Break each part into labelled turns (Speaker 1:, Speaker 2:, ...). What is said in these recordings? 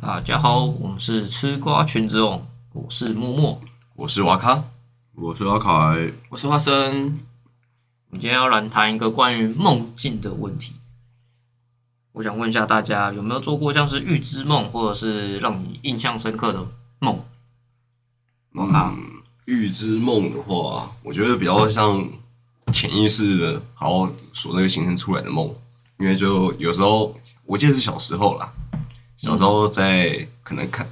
Speaker 1: 大家好，我们是吃瓜群之王，我是默默。
Speaker 2: 我是瓦康，
Speaker 3: 我是阿凯，
Speaker 4: 我是花生，
Speaker 1: 我们今天要来谈一个关于梦境的问题。我想问一下大家，有没有做过像是预知梦，或者是让你印象深刻的梦？我靠、
Speaker 3: 嗯，
Speaker 2: 预知梦的话，我觉得比较像潜意识的，然后所那个形成出来的梦，因为就有时候我记得是小时候啦，小时候在可能看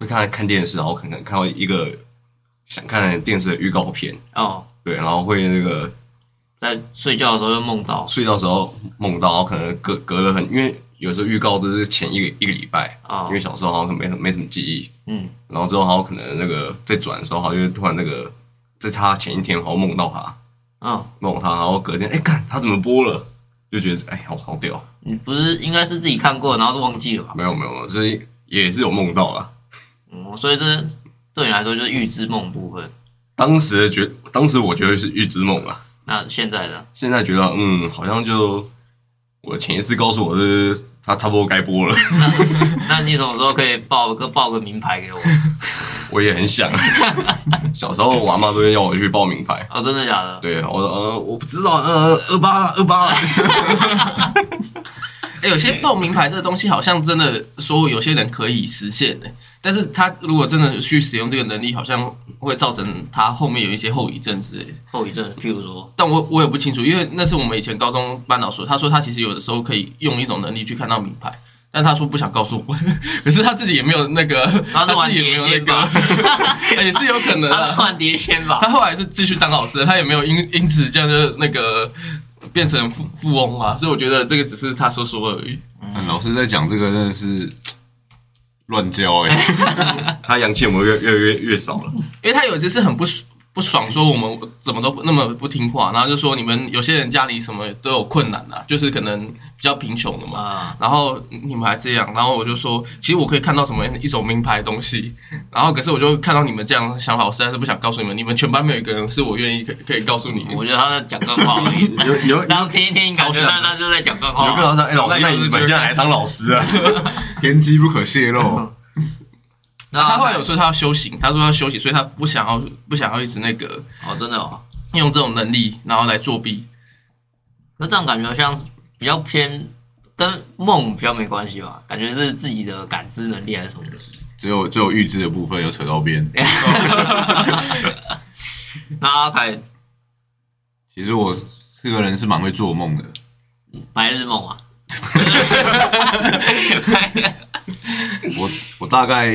Speaker 2: 会看看电视，然后可能看到一个想看的电视的预告片，
Speaker 1: 哦，
Speaker 2: 对，然后会那个
Speaker 1: 在睡觉的时候就梦到
Speaker 2: 睡觉的时候梦到，然后可能隔隔了很，因为有时候预告都是前一个一个礼拜，
Speaker 1: 啊
Speaker 4: 哦
Speaker 2: 因为，小时候好像没什么没什么记忆，
Speaker 1: 嗯，
Speaker 2: 然后之后好像可能那个在转的时候，好像就突然那个在他前一天好像梦到他。
Speaker 1: 嗯，
Speaker 2: 弄他，然后隔天哎，看他怎么播了，就觉得哎，好好屌。
Speaker 1: 你不是应该是自己看过，然后是忘记了吧？
Speaker 2: 没有没有，所以也是有梦到啦。
Speaker 1: 嗯，所以这对你来说就是预知梦部分。
Speaker 2: 当时觉，当时我觉得是预知梦啦，
Speaker 1: 那现在呢？
Speaker 2: 现在觉得嗯，好像就我的潜意识告诉我是他差不多该播了，
Speaker 1: 那你什么时候可以报个报个名牌给我？
Speaker 2: 我也很想。 小时候我阿妈都会要我去报名牌，
Speaker 1: 哦，真的假的？
Speaker 2: 对，我说呃我不知道，呃二八啦，二八啦，
Speaker 4: 哎、有些报名牌这个东西好像真的说有些人可以实现的、欸但是他如果真的去使用这个能力，好像会造成他后面有一些后遗症之类的。
Speaker 1: 后遗症，譬如说，
Speaker 4: 但我我也不清楚，因为那是我们以前高中班导说，他说他其实有的时候可以用一种能力去看到名牌，但他说不想告诉我， 可是他自己也没有那个，
Speaker 1: 他
Speaker 4: 他
Speaker 1: 是玩
Speaker 4: 自己也没
Speaker 1: 碟
Speaker 4: 有
Speaker 1: 仙
Speaker 4: 那个 哎
Speaker 1: 吧？，
Speaker 4: 也是有可 能
Speaker 1: 他是
Speaker 4: 啊。
Speaker 1: 玩碟仙吧？
Speaker 4: 他后来是继续当老师的，他也没有因因此这样就那个变成富富翁啊，所以我觉得这个只是他说说而已。
Speaker 3: 嗯老师在讲这个真的是乱教 哎、
Speaker 2: 他阳气有没有越越越越少了？
Speaker 4: 因为他有一次是很不爽不爽，说我们怎么都不那么不听话，然后就说你们有些人家里什么都有困难啊，就是可能比较贫穷的嘛。
Speaker 1: 啊，
Speaker 4: 然后你们还这样，然后我就说，其实我可以看到什么一种名牌的东西，然后可是我就看到你们这样的想法，我实在是不想告诉你们，你们全班没有一个人是我愿意可以可以告诉你的。
Speaker 1: 我觉得他在讲更话而 已。
Speaker 2: 有有
Speaker 1: 这样听一听，感觉他他就在讲更
Speaker 2: 有跟
Speaker 1: 话。
Speaker 2: 老师说哎，老师，那你们现在来当老师 啊？
Speaker 3: 天机不可泄
Speaker 1: 嗯
Speaker 3: 露，
Speaker 1: 那
Speaker 4: 他后来有说他要休息，他说要休息，所以他不想要不想要一直那个
Speaker 1: 哦，真的哦，
Speaker 4: 用这种能力，然后来作弊。
Speaker 1: 那这样感觉像是比较偏跟梦比较没关系吧？感觉是自己的感知能力还是什么东西？
Speaker 3: 只有只有预知的部分有扯到边。
Speaker 1: 哎那阿凯
Speaker 3: 其实我这个人是蛮会做梦的，
Speaker 1: 白日梦啊，
Speaker 3: 我我大概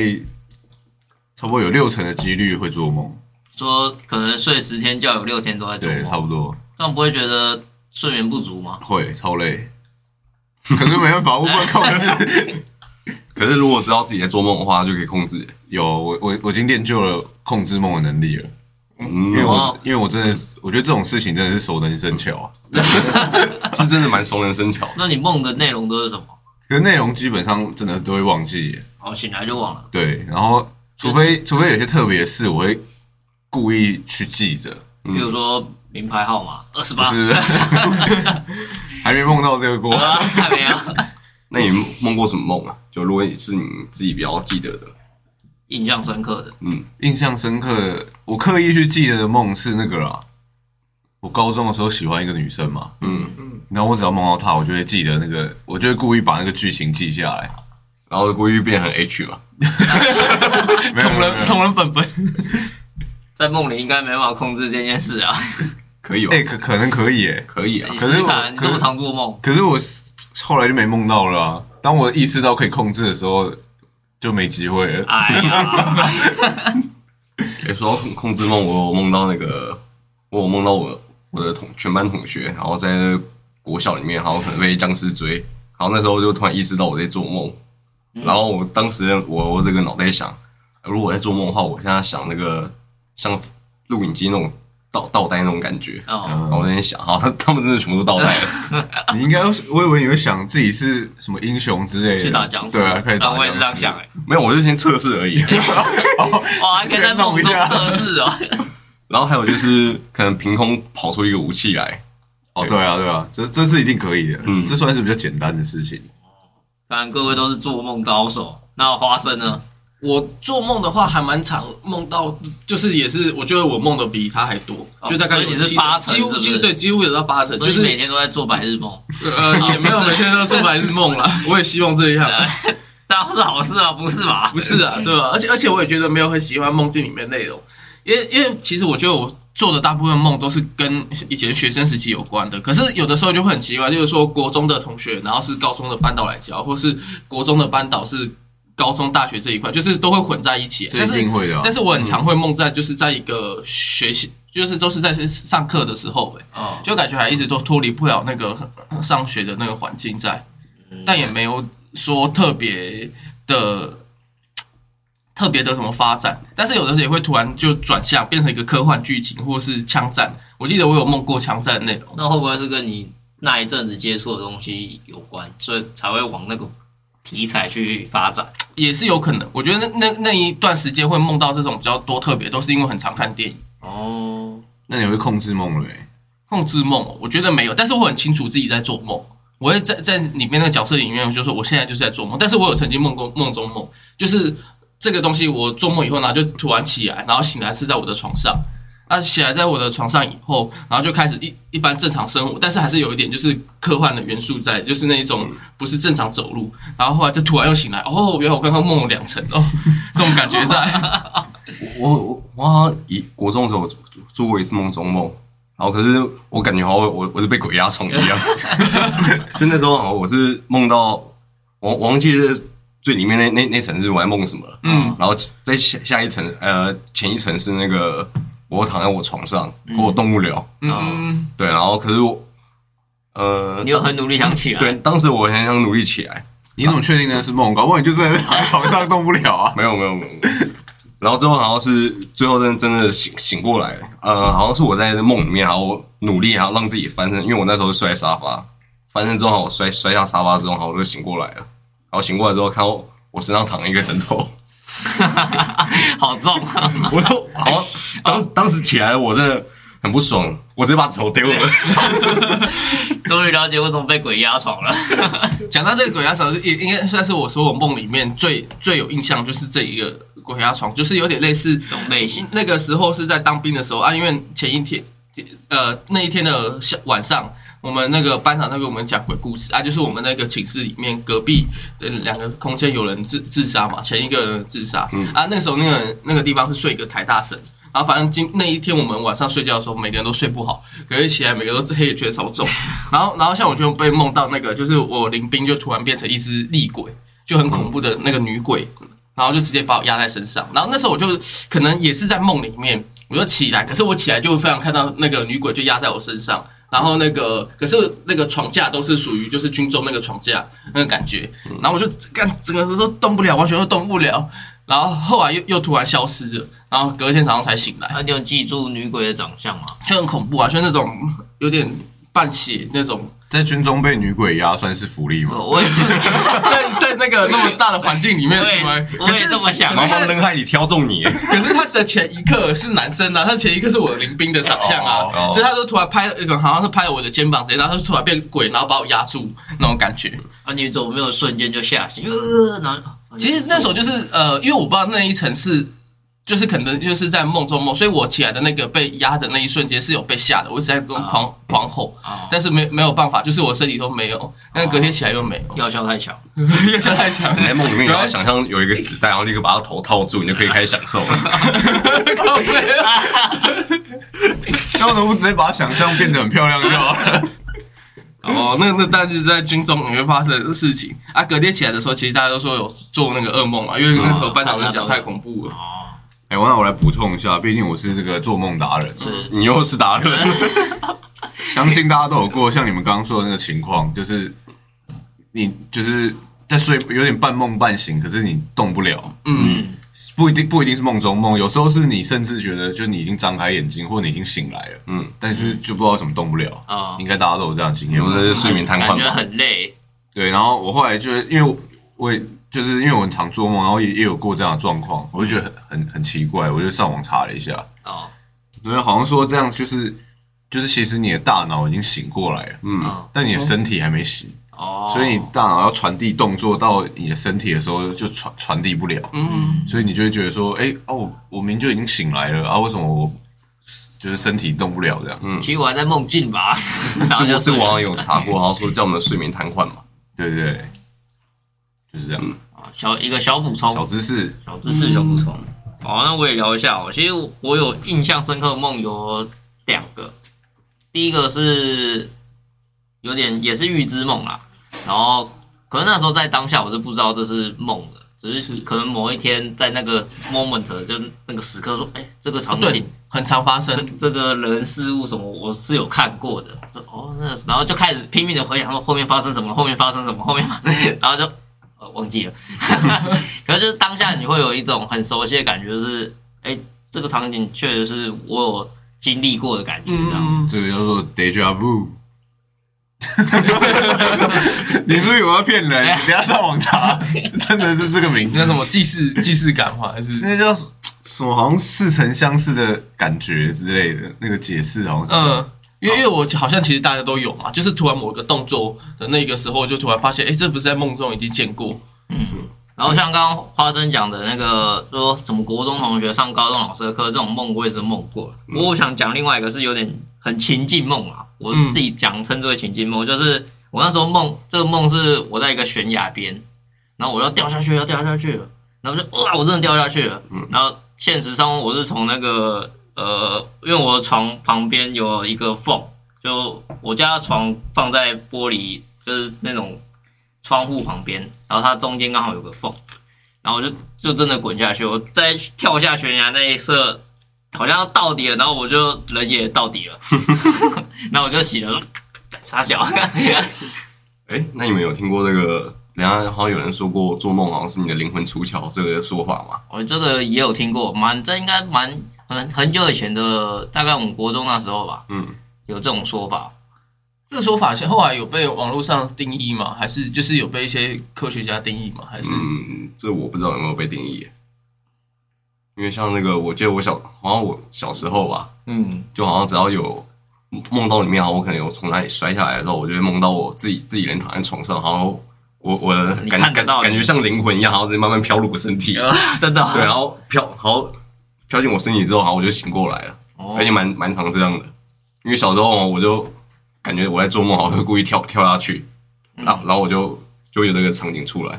Speaker 3: 差不多有六成的几率会做梦，
Speaker 1: 说可能睡十天觉有六天都在做
Speaker 3: 对，
Speaker 1: 梦，
Speaker 3: 差不多
Speaker 1: 这样不会觉得睡眠不足吗？
Speaker 3: 会超累，可是没办法，我不能控制。
Speaker 2: 可是如果知道自己在做梦的话，就可以控制。
Speaker 3: 有我我我已经练就了控制梦的能力了，
Speaker 2: 嗯，
Speaker 3: 因为
Speaker 1: 哦
Speaker 3: 我因为我真的是我觉得这种事情真的是熟能生巧啊。
Speaker 2: 是真的蛮熟能生巧。
Speaker 1: 那你梦的内容都是什么？
Speaker 3: 可是内容基本上真的都会忘记耶，
Speaker 1: 哦，醒来就忘了。
Speaker 3: 对，然后除非除非有些特别的事，我会故意去记着，
Speaker 1: 比如说名牌号码二十
Speaker 3: 就
Speaker 1: 八，
Speaker 3: 嗯是还没梦到这个过。
Speaker 1: 啊还没有
Speaker 2: 那你梦过什么梦啊？就如果你是你自己比较记得的，
Speaker 1: 印象深刻的
Speaker 2: 嗯，
Speaker 3: 印象深刻的，我刻意去记得的梦是那个啦。我高中的时候喜欢一个女生嘛，
Speaker 2: 嗯
Speaker 3: 嗯嗯，然后我只要梦到她，我就会记得那个，我就会故意把那个剧情记下来。
Speaker 2: 然后故意变成 H 嘛，
Speaker 4: 同
Speaker 3: 没有没有没
Speaker 4: 人
Speaker 3: 有
Speaker 4: 同人粉粉，
Speaker 1: 在梦里应该没办法控制这件事啊。
Speaker 2: 可以吧？
Speaker 3: 哎、可可能可以耶、
Speaker 2: 可以啊
Speaker 1: 你，
Speaker 3: 可
Speaker 1: 试
Speaker 3: 是
Speaker 1: 试
Speaker 3: 我
Speaker 1: 看，你这么
Speaker 3: 可是
Speaker 1: 常做梦，
Speaker 3: 可是我后来就没梦到了啊、当我意识到可以控制的时候，就没机会了。
Speaker 1: 哎 呀，
Speaker 2: 哎、说到控控制梦，我有梦到那个，我有梦到我我的同全班同学，然后在国小里面，然后可能被僵尸追，然后那时候就突然意识到我在做梦，然后我当时我我这个脑袋想，如果我在做梦的话，我现在想那个像录影机那种倒倒带那种感觉，
Speaker 1: 哦，
Speaker 2: 然后我在
Speaker 3: 嗯
Speaker 2: 那边想，好， 他他们真的全部都倒带了。
Speaker 1: 啊
Speaker 3: 你应该，我以为你会想自己是什么英雄之类的，
Speaker 1: 去打僵尸，
Speaker 3: 对啊，可以打
Speaker 1: 啊我也是这样
Speaker 3: 僵
Speaker 1: 想
Speaker 3: 尸。
Speaker 1: 哎，
Speaker 2: 没有，我就先测试而已。
Speaker 1: 哇，还可以在梦中测试哦。
Speaker 2: 然后还有就是，可能凭空跑出一个武器来，
Speaker 3: 哦，对啊，对啊，这这是一定可以的，
Speaker 2: 嗯
Speaker 3: 这算是比较简单的事情。
Speaker 1: 当然，各位都是做梦高手，那花生呢？
Speaker 4: 我做梦的话还蛮常梦到，就是也是我觉得我梦的比他还多，
Speaker 1: 哦
Speaker 4: 就大概
Speaker 1: 所以
Speaker 4: 有
Speaker 1: 你是
Speaker 4: 七
Speaker 1: 八成
Speaker 4: 几乎
Speaker 1: 是不
Speaker 4: 几乎
Speaker 1: 是
Speaker 4: 对几乎有到八成，
Speaker 1: 就
Speaker 4: 就是是
Speaker 1: 每天啊都在做白日 梦，
Speaker 4: 呃也没有每天都做白日梦啦， 我也希望这
Speaker 1: 啊
Speaker 4: 样。
Speaker 3: 啊
Speaker 1: 这样是好事吗？不是吧？
Speaker 4: 不 是啊，对吧、而且而且我也觉得没有很喜欢梦境里面内容，因为因为其实我觉得我做的大部分梦都是跟以前学生时期有关的，可是有的时候就会很奇怪，就是说国中的同学，然后是高中的班导来教，或是国中的班导是高中大学这一块，就是都会混在一起。
Speaker 3: 这
Speaker 4: 但
Speaker 3: 一
Speaker 4: 是
Speaker 3: 定会的、啊。
Speaker 4: 但是我很常会梦在就是在一个学习，就是都是在上课的时候、欸，
Speaker 1: 哦，
Speaker 4: 就感觉还一直都脱离不了那个上学的那个环境在。
Speaker 3: 嗯
Speaker 4: 但也没有说特别的特别的什么发展，但是有的时候也会突然就转向，变成一个科幻剧情或是枪战。我记得我有梦过枪战的内容，
Speaker 1: 那会不会是跟你那一阵子接触的东西有关，所以才会往那个题材去发展？
Speaker 4: 也是有可能。我觉得那那那一段时间会梦到这种比较多特别，都是因为很常看电影。
Speaker 1: 哦，
Speaker 3: 那你会控制梦了没？
Speaker 4: 控制梦哦，我觉得没有，但是我很清楚自己在做梦。我会在在里面那个角色里面，我就说我现在就是在做梦，但是我有曾经梦过梦中梦，就是这个东西我做梦以后呢，就突然起来，然后醒来是在我的床上。那起来在我的床上以后，然后就开始一一般正常生活，但是还是有一点就是科幻的元素在，就是那一种不是正常走路，然后后来就突然又醒来，哦，原来我刚刚梦了两层哦，这种感觉在。
Speaker 2: 我我我好像以国中的时候做做过一次梦中梦，然后可是我感觉好像我我是被鬼压床一 样，就那时候好像我是梦到我我忘记是最里面那那那层是我在梦什么了，
Speaker 4: 嗯，
Speaker 2: 然后在下下一层呃前一层是那个我躺在我床上，可我动不了，
Speaker 4: 嗯，
Speaker 2: 对，然后可是我呃
Speaker 1: 你有很努力想起来，
Speaker 2: 对，当时我很想努力起来，
Speaker 3: 你怎么确定那是梦？搞不好你就真的躺在床上动不了啊！
Speaker 2: 没有没有没有。然后最后好像是最后真真的醒醒过来了，呃，好像是我在梦里面，然后努力，然后让自己翻身，因为我那时候是摔沙发，翻身之后好像我摔摔下沙发之后，然后我就醒过来了。然后醒过来之后，看到我身上躺了一个枕头，
Speaker 1: 好重啊！
Speaker 2: 我就 好像当当时起来我真的很不爽，我直接把枕头丢了。
Speaker 1: 终于了解为什么被鬼压 床了。
Speaker 4: 讲到这个鬼压床，就应应该算是我所有梦里面最最有印象，就是这一个鬼压床，就是有点类似
Speaker 1: 这种类型，
Speaker 4: 那个时候是在当兵的时候啊，因为前一天呃那一天的下晚上，我们那个班长在给我们讲鬼故事啊，就是我们那个寝室里面隔壁的两个空间有人自自杀嘛，前一个人自杀、啊，那时候那个那个地方是睡一个台大神。然后反正今那一天我们晚上睡觉的时候，每个人都睡不好，可是起来每个都是黑眼圈超重。然后然后像我就被梦到那个，就是我林兵就突然变成一只厉鬼，就很恐怖的那个女鬼，然后就直接把我压在身上。然后那时候我就可能也是在梦里面，我就起来，可是我起来就非常看到那个女鬼就压在我身上，然后那个可是那个床架都是属于就是军中那个床架那个感觉，然后我就干整个人都动不了，完全都动不了。然后后来又又突然消失了，然后隔天早上才醒来，
Speaker 1: 那啊你有记住女鬼的长相吗？
Speaker 4: 就很恐怖啊，就那种有点半血那种，
Speaker 3: 在军中被女鬼压算是福利吗？
Speaker 1: 我也
Speaker 4: 在在那个那么大的环境里面，
Speaker 1: 对
Speaker 4: 突然
Speaker 1: 我也
Speaker 4: 可是
Speaker 1: 这么想啊
Speaker 4: 可
Speaker 2: 茫
Speaker 4: 是
Speaker 2: 茫
Speaker 4: 他
Speaker 2: 人海里挑 中你，
Speaker 4: 可是他的前一刻是男生啊，他前一刻是我的林兵的长相啊
Speaker 3: 哦
Speaker 2: 哦
Speaker 4: 所以他就突然拍，呃好像是拍了我的肩膀，谁，然后他就突然变鬼，然后把我压住那种感觉。
Speaker 1: 啊，你怎么没有瞬间就吓醒？呃，然后
Speaker 4: 其实那时候就是呃，因为我不知道那一层是。就是可能就是在梦中梦，所以我起来的那个被压的那一瞬间是有被吓的，我一直在跟
Speaker 1: 哦
Speaker 4: 狂、狂吼，
Speaker 1: 啊，
Speaker 4: 但是没没有办法，就是我身体都没有，但是隔天起来又没有，
Speaker 1: 药效太强，
Speaker 4: 又想太 强，
Speaker 2: 你在梦里面也要想象有一个子弹，然后立刻把他头套住，你就可以开始享受了。
Speaker 4: 靠背啊
Speaker 3: 那为什么不直接把它想象变得很漂亮就好了？
Speaker 4: 哦，那那但是在军中里面发生的事情啊，隔天起来的时候，其实大家都说有做那个噩梦嘛，因为那时候班长就讲太恐怖了。
Speaker 1: 哦，
Speaker 3: 哎、我那我来补充一下，毕竟我是这个做梦达人，
Speaker 1: 是
Speaker 2: 你又是达 人。
Speaker 3: 相信大家都有过像你们刚刚说的那个情况，就是你就是在睡，有点半梦半醒，可是你动不了。
Speaker 4: 嗯，
Speaker 3: 不一定不一定是梦中梦，有时候是你甚至觉得就你已经张开眼睛，或者你已经醒来了，
Speaker 2: 嗯，
Speaker 3: 但是就不知道怎么动不了。
Speaker 1: 啊
Speaker 3: 应该大家都有这样的经验
Speaker 2: 有。的是睡眠瘫
Speaker 1: 感
Speaker 2: 痪
Speaker 1: 觉
Speaker 2: 吧？
Speaker 1: 很累，
Speaker 3: 对，然后我后来就是因为我我也就是因为我很常做梦，然后也也有过这样的状况，我就觉得很很很奇怪，我就上网查了一下，
Speaker 1: 哦，
Speaker 3: 对，好像说这样就是就是其实你的大脑已经醒过来了，
Speaker 2: 嗯
Speaker 1: 嗯，
Speaker 3: 但你的身体还没醒，
Speaker 1: 哦，
Speaker 3: 所以你大脑要传递动作到你的身体的时候，就传传递不了，
Speaker 4: 嗯，
Speaker 3: 所以你就会觉得说，哎、哦，我我明明就已经醒来了啊，为什么我就是身体动不了这样？
Speaker 1: 其实我还在梦境吧， 然后就
Speaker 2: 就是
Speaker 1: 睡 了
Speaker 2: 网上有查过，然后说叫我们睡眠瘫痪嘛。
Speaker 3: 对对对，就是这样。
Speaker 1: 啊小一个小补充，
Speaker 3: 小知识，
Speaker 1: 小知识小补充。
Speaker 4: 嗯
Speaker 1: 好，那我也聊一下哦。其实我有印象深刻的梦有两个，第一个是有点也是预知梦啦，啊然后可能那时候在当下我是不知道这是梦的，只是
Speaker 4: 是
Speaker 1: 可能某一天在那个 moment 就那个时刻说，哎、这个场
Speaker 4: 哦
Speaker 1: 景
Speaker 4: 对、很常发生
Speaker 1: 这。这个人事物什么，我是有看过的。说哦，那然后就开始拼命的回想说后面发生什么了，后面发生什 么，后面发然后就呃忘记了。 可是就是当下你会有一种很熟悉的感觉，就是哎，这个场景确实是我有经历过的感觉，这样。
Speaker 4: 嗯，
Speaker 3: 这个叫做 deja vu。你是不是有要骗
Speaker 1: 哎
Speaker 3: 人？你不要上网 查，真的是这个名字。
Speaker 4: 那什么既视既视感化还是
Speaker 3: 那叫什什么？好像似曾相识的感觉之类的，那个解释好像是。
Speaker 4: 嗯，因为因为我好像其实大家都有嘛，就是突然某个动作的那个时候，就突然发现，哎，这不是在梦中已经见过，
Speaker 1: 然后像刚刚花生讲的那个说什么国中同学上高中老师的课这种梦，我也是梦过。不过我想讲另外一个是有点很情境梦啊，我自己讲称之为情境梦，就是我那时候梦这个梦是我在一个悬崖边，然后我要掉下去，要掉下去了，然后就哇，我真的掉下去了。然后现实上我是从那个呃，因为我的床旁边有一个缝，就我家的床放在玻璃，就是那种窗户旁边，然后它中间刚好有个缝，然后我就就真的滚下去，我再跳下悬崖那一刻，好像要到底了，然后我就人也到底了， 然后我就洗了，傻小，
Speaker 2: 哎、那你们有听过那个？人家好像有人说过，做梦好像是你的灵魂出窍这个说法嘛？
Speaker 1: 我这个也有听过，蛮这应该蛮很很久以前的，大概我们国中那时候吧，
Speaker 2: 嗯，
Speaker 1: 有这种说法。
Speaker 4: 这个说法后来有被网络上定义吗？还是就是有被一些科学家定义吗？还是、
Speaker 2: 嗯，这我不知道有没有被定义耶，因为像那个，我记得我小，好像我小时候吧，
Speaker 1: 嗯，
Speaker 2: 就好像只要有梦到里面，好像我可能有从哪里摔下来的时候，我就会梦到我自己自己人躺在床上，然后我我的
Speaker 1: 你
Speaker 2: 感
Speaker 1: 看得
Speaker 2: 感
Speaker 1: 到
Speaker 2: 感觉像灵魂一样，然后直接慢慢飘入我身 体，对，啊
Speaker 1: 真的、
Speaker 2: 然后飘，然后飘进我身体之后，然后我就醒过来了，
Speaker 1: 哦
Speaker 2: 而且蛮蛮常这样的，因为小时候我就感觉我在做梦，好像会故意跳跳下去，然后然后我就就会有这个场景出来，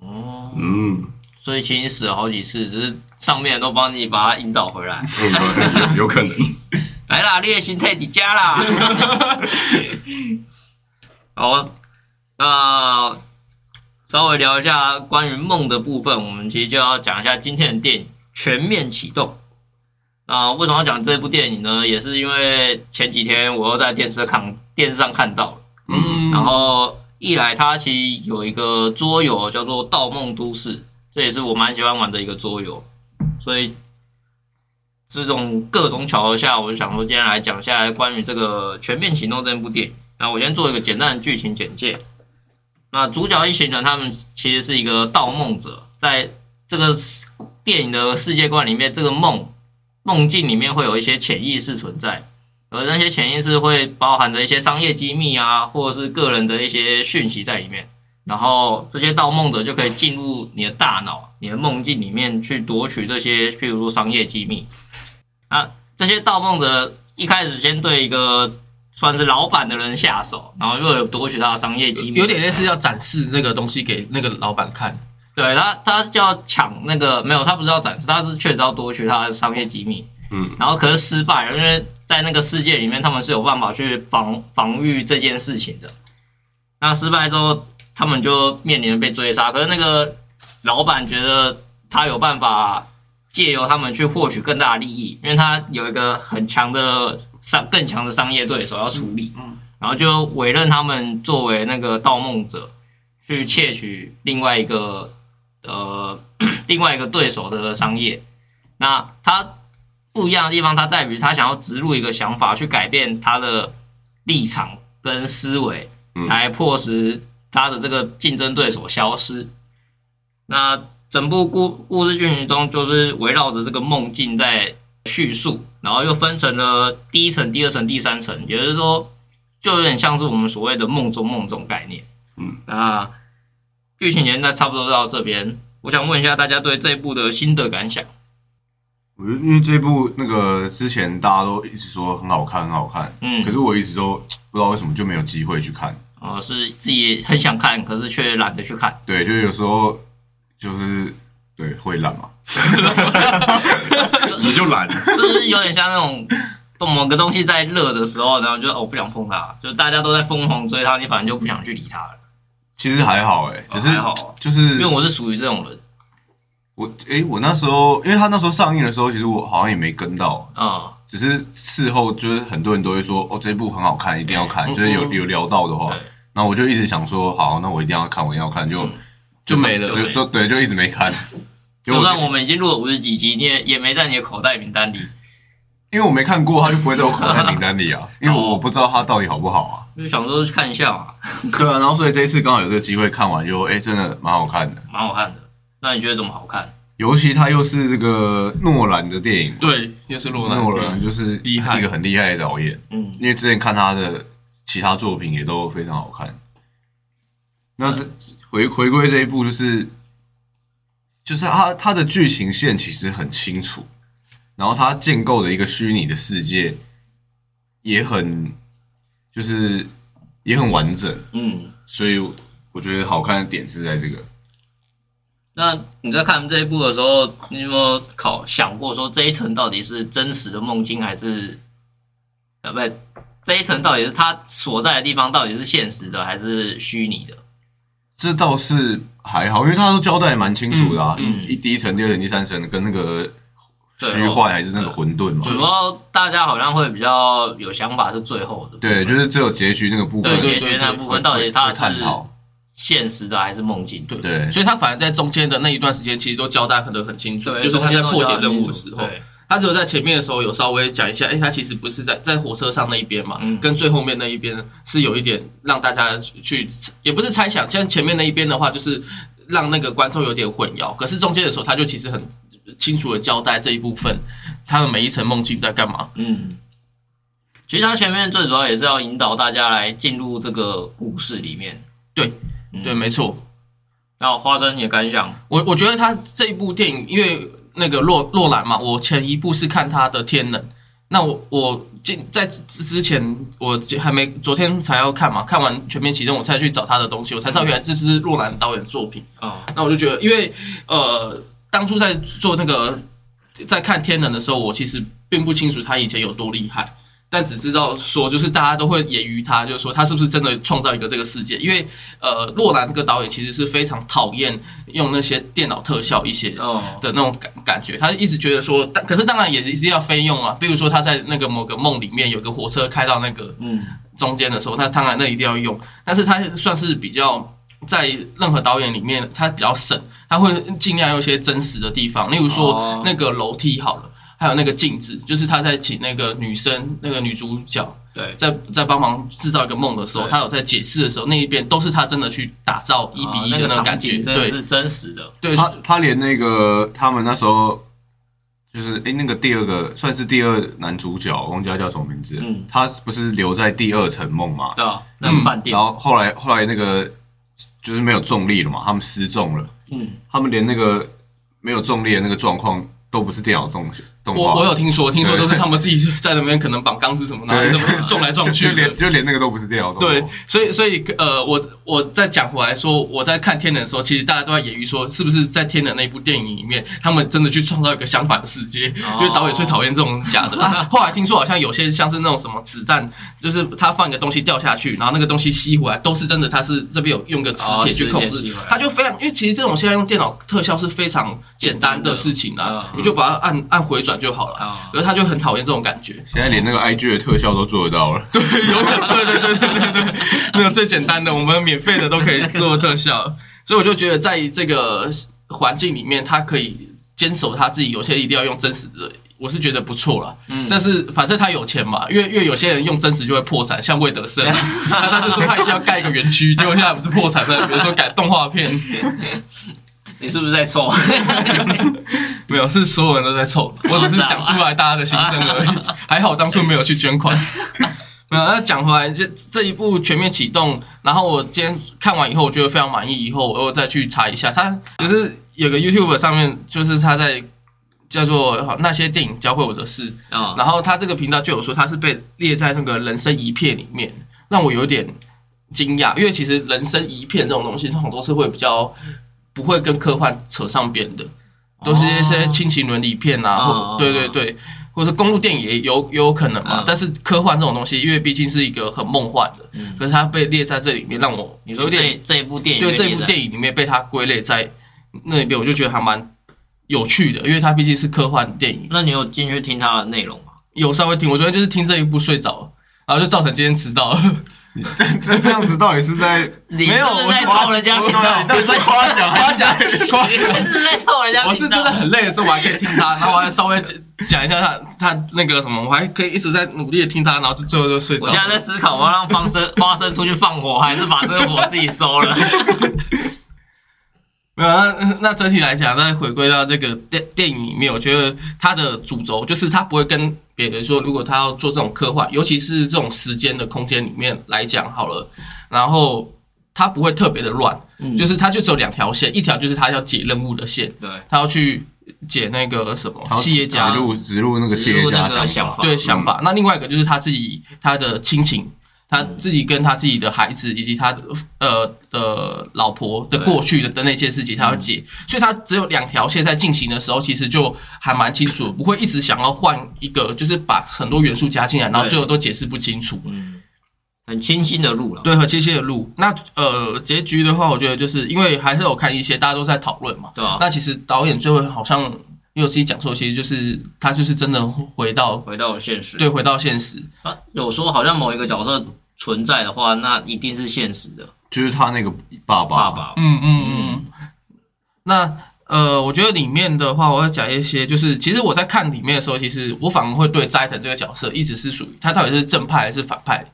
Speaker 1: 哦，
Speaker 2: 嗯，
Speaker 1: 所以其实你死了好几次，只是上面都帮你把它引导回来。
Speaker 2: 嗯有有可能，
Speaker 1: 来啦，你的心态底家啦。好，那稍微聊一下关于梦的部分，我们其实就要讲一下今天的电影《全面启动》。那为什么要讲这部电影呢？也是因为前几天我又在电视看电视上看到了，
Speaker 4: 嗯
Speaker 1: 然后一来它其实有一个桌游叫做《盗梦都市》，这也是我蛮喜欢玩的一个桌游，所以这种各种巧合下，我就想说今天来讲一下关于这个《全面行动》这部电影。那我先做一个简单的剧情简介。那主角一行人他们其实是一个盗梦者，在这个电影的世界观里面，这个梦梦境里面会有一些潜意识存在，而那些潜意识会包含着一些商业机密啊，或者是个人的一些讯息在里面。然后这些盗梦者就可以进入你的大脑、你的梦境里面去夺取这些，譬如说商业机密。啊，这些盗梦者一开始先对一个算是老板的人下手，然后又有夺取他的商业机密，
Speaker 4: 有点类似要展示那个东西给那个老板看？
Speaker 1: 对他，他就要抢那个没有，他不是要展示，他是确实要夺取他的商业机密。
Speaker 2: 嗯，
Speaker 1: 然后可是失败了，因为在那个世界里面，他们是有办法去防防御这件事情的。那失败之后，他们就面临被追杀。可是那个老板觉得他有办法借由他们去获取更大的利益，因为他有一个很强的商更强的商业对手要处理，然后就委任他们作为那个盗梦者去窃取另外一个呃 另外一个对手的商业。那他不一样的地方，它在于他想要植入一个想法，去改变他的立场跟思维，
Speaker 2: 嗯
Speaker 1: 来迫使他的这个竞争对手消失。那整部故故事剧情中，就是围绕着这个梦境在叙述，然后又分成了第一层、第二层、第三层，也就是说，就有点像是我们所谓的梦中梦这种概念。
Speaker 2: 嗯，
Speaker 1: 那剧情现在差不多到这边，我想问一下大家对这一部的心得感想。
Speaker 3: 我觉得因为这部那个之前大家都一直说很好看，很好看，
Speaker 1: 嗯
Speaker 3: 可是我一直都不知道为什么就没有机会去看。
Speaker 1: 哦、是自己很想看，可是却懒得去看。
Speaker 3: 对，就是有时候就是对会懒嘛，
Speaker 2: 你就懒，
Speaker 1: 就是 有点像那种某个东西在热的时候，然后就哦不想碰它，就大家都在疯狂追它，你反正就不想去理它了。
Speaker 3: 其实还好哎、只是
Speaker 1: 还好啊
Speaker 3: 就是
Speaker 1: 因为我是属于这种人
Speaker 3: 我哎、我那时候因为他那时候上映的时候，其实我好像也没跟到，
Speaker 1: 啊、
Speaker 3: 只是事后就是很多人都会说哦这部很好看，一定要看，
Speaker 4: 嗯
Speaker 3: 就是有
Speaker 4: 嗯
Speaker 3: 有聊到的
Speaker 1: 嗯
Speaker 3: 话，
Speaker 1: 对，
Speaker 3: 然后我就一直想说好，那我一定要看，我一定要看，就
Speaker 1: 嗯
Speaker 4: 就没了
Speaker 1: 就没
Speaker 3: 就都对，就一直没看。结
Speaker 1: 就
Speaker 3: 果
Speaker 1: 算我们已经录了五十几集，你也也没在你的口袋名单里。
Speaker 3: 因为我没看过，他就不会在我口袋名单里啊，因为我不知道他到底好不好啊。
Speaker 1: 就想说去看一下嘛，
Speaker 3: 对啊，然后所以这一次刚好有这个机会看完就，哎，真的蛮好看的。
Speaker 1: 蛮好看的。那你觉得怎么好看？
Speaker 3: 尤其它又是这个诺兰的电影，
Speaker 4: 对，又是洛
Speaker 3: 诺
Speaker 4: 兰
Speaker 3: 兰
Speaker 4: 电影，
Speaker 3: 就是
Speaker 4: 厉害
Speaker 3: 一个很厉害的导演。
Speaker 1: 嗯，
Speaker 3: 因为之前看他的其他作品也都非常好看。那
Speaker 1: 嗯
Speaker 3: 这回回归这一部就是，就是他他的剧情线其实很清楚，然后他建构的一个虚拟的世界也很，就是也很完整，
Speaker 1: 嗯，
Speaker 3: 所以我觉得好看的点是在这个。
Speaker 1: 那你在看这一部的时候，你有没有考想过说这一层到底是真实的梦境，还是呃，不对，这一层到底是它所在的地方到底是现实的还是虚拟的？
Speaker 3: 这倒是还好，因为他都交代得蛮清楚的啊，
Speaker 1: 嗯嗯
Speaker 3: 一第一层、第二层、第三层跟那个
Speaker 1: 最后
Speaker 3: 虚幻还是那个混沌嘛，
Speaker 1: 主要大家好像会比较有想法是最后的，
Speaker 3: 对，就是只有结局那个部分
Speaker 4: 对
Speaker 1: 结
Speaker 4: 对
Speaker 1: 局那部分到底它
Speaker 3: 会探
Speaker 1: 是
Speaker 3: 讨，
Speaker 1: 现实的还是梦境？
Speaker 4: 对
Speaker 3: 对
Speaker 4: 所以他反而在中间的那一段时间，其实都交代的很清楚，就是他在破解任务的时候，
Speaker 1: 对
Speaker 4: 他只有在前面的时候有稍微讲一下，哎、他其实不是在在火车上那一边嘛，
Speaker 1: 嗯
Speaker 4: 跟最后面那一边是有一点让大家去，也不是猜想，像前面那一边的话，就是让那个观众有点混淆。可是中间的时候，他就其实很清楚的交代这一部分，他们每一层梦境在干嘛。
Speaker 1: 嗯，其实它前面最主要也是要引导大家来进入这个故事里面。
Speaker 4: 对
Speaker 1: 嗯
Speaker 4: 对，没错，
Speaker 1: 那花生你的感想？
Speaker 4: 我我觉得他这一部电影，因为那个洛洛兰嘛，我前一部是看他的《天能》，那我我进在之之前，我还没昨天才要看嘛，看完《全面启动》，我才去找他的东西，我才知道原来这是洛兰导演的作品。
Speaker 1: 哦，
Speaker 4: 那我就觉得，因为呃，当初在做那个在看《天能》的时候，我其实并不清楚他以前有多厉害，但只知道说，就是大家都会揶揄他，就是说他是不是真的创造一个这个世界？因为呃，洛兰这个导演其实是非常讨厌用那些电脑特效一些
Speaker 1: 哦，
Speaker 4: 的那种感感觉，他一直觉得说，但可是当然也一定要非用啊。比如说他在那个某个梦里面有个火车开到那个
Speaker 1: 嗯，
Speaker 4: 中间的时候，他当然那一定要用，但是他算是比较在任何导演里面，他比较省，他会尽量用一些真实的地方，例如
Speaker 1: 哦
Speaker 4: 说那个楼梯好了，还有那个镜子，就是他在请那个女生那个女主角
Speaker 1: 对，
Speaker 4: 在在帮忙制造一个梦的时候，
Speaker 1: 对
Speaker 4: 他有在解释的时候，那一边都是他真的去打造一比一
Speaker 1: 哦那
Speaker 4: 的
Speaker 1: 个
Speaker 4: 那种
Speaker 1: 场
Speaker 4: 感觉，
Speaker 1: 景真的
Speaker 4: 对
Speaker 1: 是真实的。
Speaker 4: 对，
Speaker 3: 他他连那个他们那时候就是哎、诶那个第二个算是第二男主角，我忘记他叫什么名字了，
Speaker 1: 嗯
Speaker 3: 他不是留在第二层梦嘛，
Speaker 1: 对啊，那
Speaker 4: 嗯
Speaker 1: 个饭店
Speaker 3: 然，后后来后来那个就是没有重力了嘛，他们失重了，
Speaker 1: 嗯，
Speaker 3: 他们连那个没有重力的那个状况都不是电脑动动画
Speaker 4: 我我有听说，听说
Speaker 3: 对
Speaker 4: 都是他们自己在那边可能绑钢丝什么，然后
Speaker 3: 对
Speaker 4: 一直一 直撞来撞去
Speaker 3: 就就
Speaker 4: 的
Speaker 3: 连。就连那个都不是电脑动画，
Speaker 1: 哦
Speaker 4: 对，所以所以呃，我我再讲回来说，我在看《天能》的时候，其实大家都在揶揄说，是不是在《天能》那部电影里面，他们真的去创造一个相反的世界？
Speaker 1: 哦
Speaker 4: 因为导演最讨厌这种 假的。啊后来听说好像有些像是那种什么子弹，就是他放一个东西掉下去，然后那个东西吸回来，都是真的，他是这边有用个磁
Speaker 1: 哦
Speaker 4: 铁去控
Speaker 1: 磁铁吸
Speaker 4: 制
Speaker 1: 回来，
Speaker 4: 他就非常，因为其实这种现在用电脑特效是非常简单的事情
Speaker 1: 简单的
Speaker 4: 啊
Speaker 1: 嗯，
Speaker 4: 你就把它按按回转就好了。
Speaker 1: 啊
Speaker 4: 可，是他就很讨厌这种感觉。
Speaker 3: 现在连那个 IG 的特效都做得到了。
Speaker 4: 对，有可能，对对对对对对，那个最简单的，我们免费的都可以做特效，所以我就觉得在这个环境里面，他可以坚守他自己，有些一定要用真实的，我是觉得不错啦。
Speaker 1: 嗯
Speaker 4: 但是反正他有钱嘛，因为因为有些人用真实就会破产，像魏德胜，那他就说他一定要盖一个园区，结果现在不是破产了，比如说改动画片，
Speaker 1: 你是不是在凑？
Speaker 4: 没有，是所有人都在凑，我只是讲出来大家的心声而已，还好当初没有去捐款。 没有，那讲回来，这这一部全面启动，然后我今天看完以后，我觉得非常满意，以后我再去查一下，它就是有个 YouTube 上面，就是他在叫做那些电影教会我的事，
Speaker 1: 啊、
Speaker 4: 然后他这个频道就有说他是被列在那个人生一片里面，让我有点惊讶，因为其实人生一片这种东西，通常都是会比较不会跟科幻扯上边的，都是一些亲情伦理片啊，
Speaker 1: 哦
Speaker 4: 或对对对，或者公路电影也有也有可能嘛。
Speaker 1: 嗯
Speaker 4: 但是科幻这种东西，因为毕竟是一个很梦幻的，
Speaker 1: 嗯
Speaker 4: 可是它被列在这里面，让我
Speaker 1: 你
Speaker 4: 有
Speaker 1: 说
Speaker 4: 点
Speaker 1: 这这一部电影
Speaker 4: 对
Speaker 1: 被
Speaker 4: 这
Speaker 1: 列
Speaker 4: 部
Speaker 1: 在
Speaker 4: 电影里面被它归类在那边，我就觉得还蛮有趣的，因为它毕竟是科幻电影。
Speaker 1: 那你有进去听它的内容吗？
Speaker 4: 有稍微听，我昨天就是听这一部睡着了，然后就造成今天迟到 了。
Speaker 3: 这这这样子到底是在
Speaker 1: 你
Speaker 4: 没有
Speaker 1: 是不是
Speaker 4: 我
Speaker 1: 在
Speaker 4: 是
Speaker 1: 抄人家
Speaker 4: 我
Speaker 1: 频啊 道，
Speaker 4: 到底在夸奖夸奖夸
Speaker 1: 你是
Speaker 4: 奖
Speaker 1: 不？是在抄人家频道？
Speaker 4: 我是真的很累的时候，我还可以听他，然后我还稍微讲讲一下他他那个什么，我还可以一直在努力的听他，然后就最后就睡着
Speaker 1: 我现在在
Speaker 4: 了。
Speaker 1: 思考，我要让方生花生出去放火，还是把这个火自己收 了？
Speaker 4: 没有，那那整体来讲，再回归到这个电电影里面，我觉得它的主轴就是它不会跟别人说，如果他要做这种科幻，尤其是这种时间的空间里面来讲好了，然后它不会特别的乱，
Speaker 1: 嗯
Speaker 4: 就是它就只有两条线，一条就是他要解任务的线，
Speaker 1: 对，
Speaker 4: 他要去解那个什么企业家
Speaker 3: 植入植入那个企
Speaker 1: 植
Speaker 3: 业
Speaker 1: 入
Speaker 3: 家
Speaker 1: 那个
Speaker 3: 想
Speaker 1: 想
Speaker 3: 法
Speaker 1: 法，
Speaker 4: 对想法。那另外一个就是他自己他的亲情，他自己跟他自己的孩子以及他的呃的老婆的
Speaker 1: 对嗯
Speaker 4: 过去的的那些事情，他要解。所以他只有两条线在进行的时候，其实就还蛮清楚的，不会一直想要换一个，就是把很多元素加进来，然后
Speaker 1: 对
Speaker 4: 最后都解释不清楚。
Speaker 1: 嗯，很清新的路了。
Speaker 4: 对，和清晰的路。那呃，结局的话，我觉得就是因为还是有看一些大家都在讨论嘛。
Speaker 1: 对啊
Speaker 4: 那其实导演最后好像也有自己讲说，其实就是他就是真的回到
Speaker 1: 回到现实，
Speaker 4: 对回到现实。
Speaker 1: 啊，有说好像某一个角色存在的话，那一定是现实的
Speaker 3: 就是他那个爸
Speaker 1: 爸
Speaker 3: 爸，
Speaker 1: 爸。
Speaker 4: 嗯嗯嗯。那呃，我觉得里面的话，我要讲一些，就是其实我在看里面的时候，其实我反而会对斋藤这个角色一直是属于他到底是正派还是反派。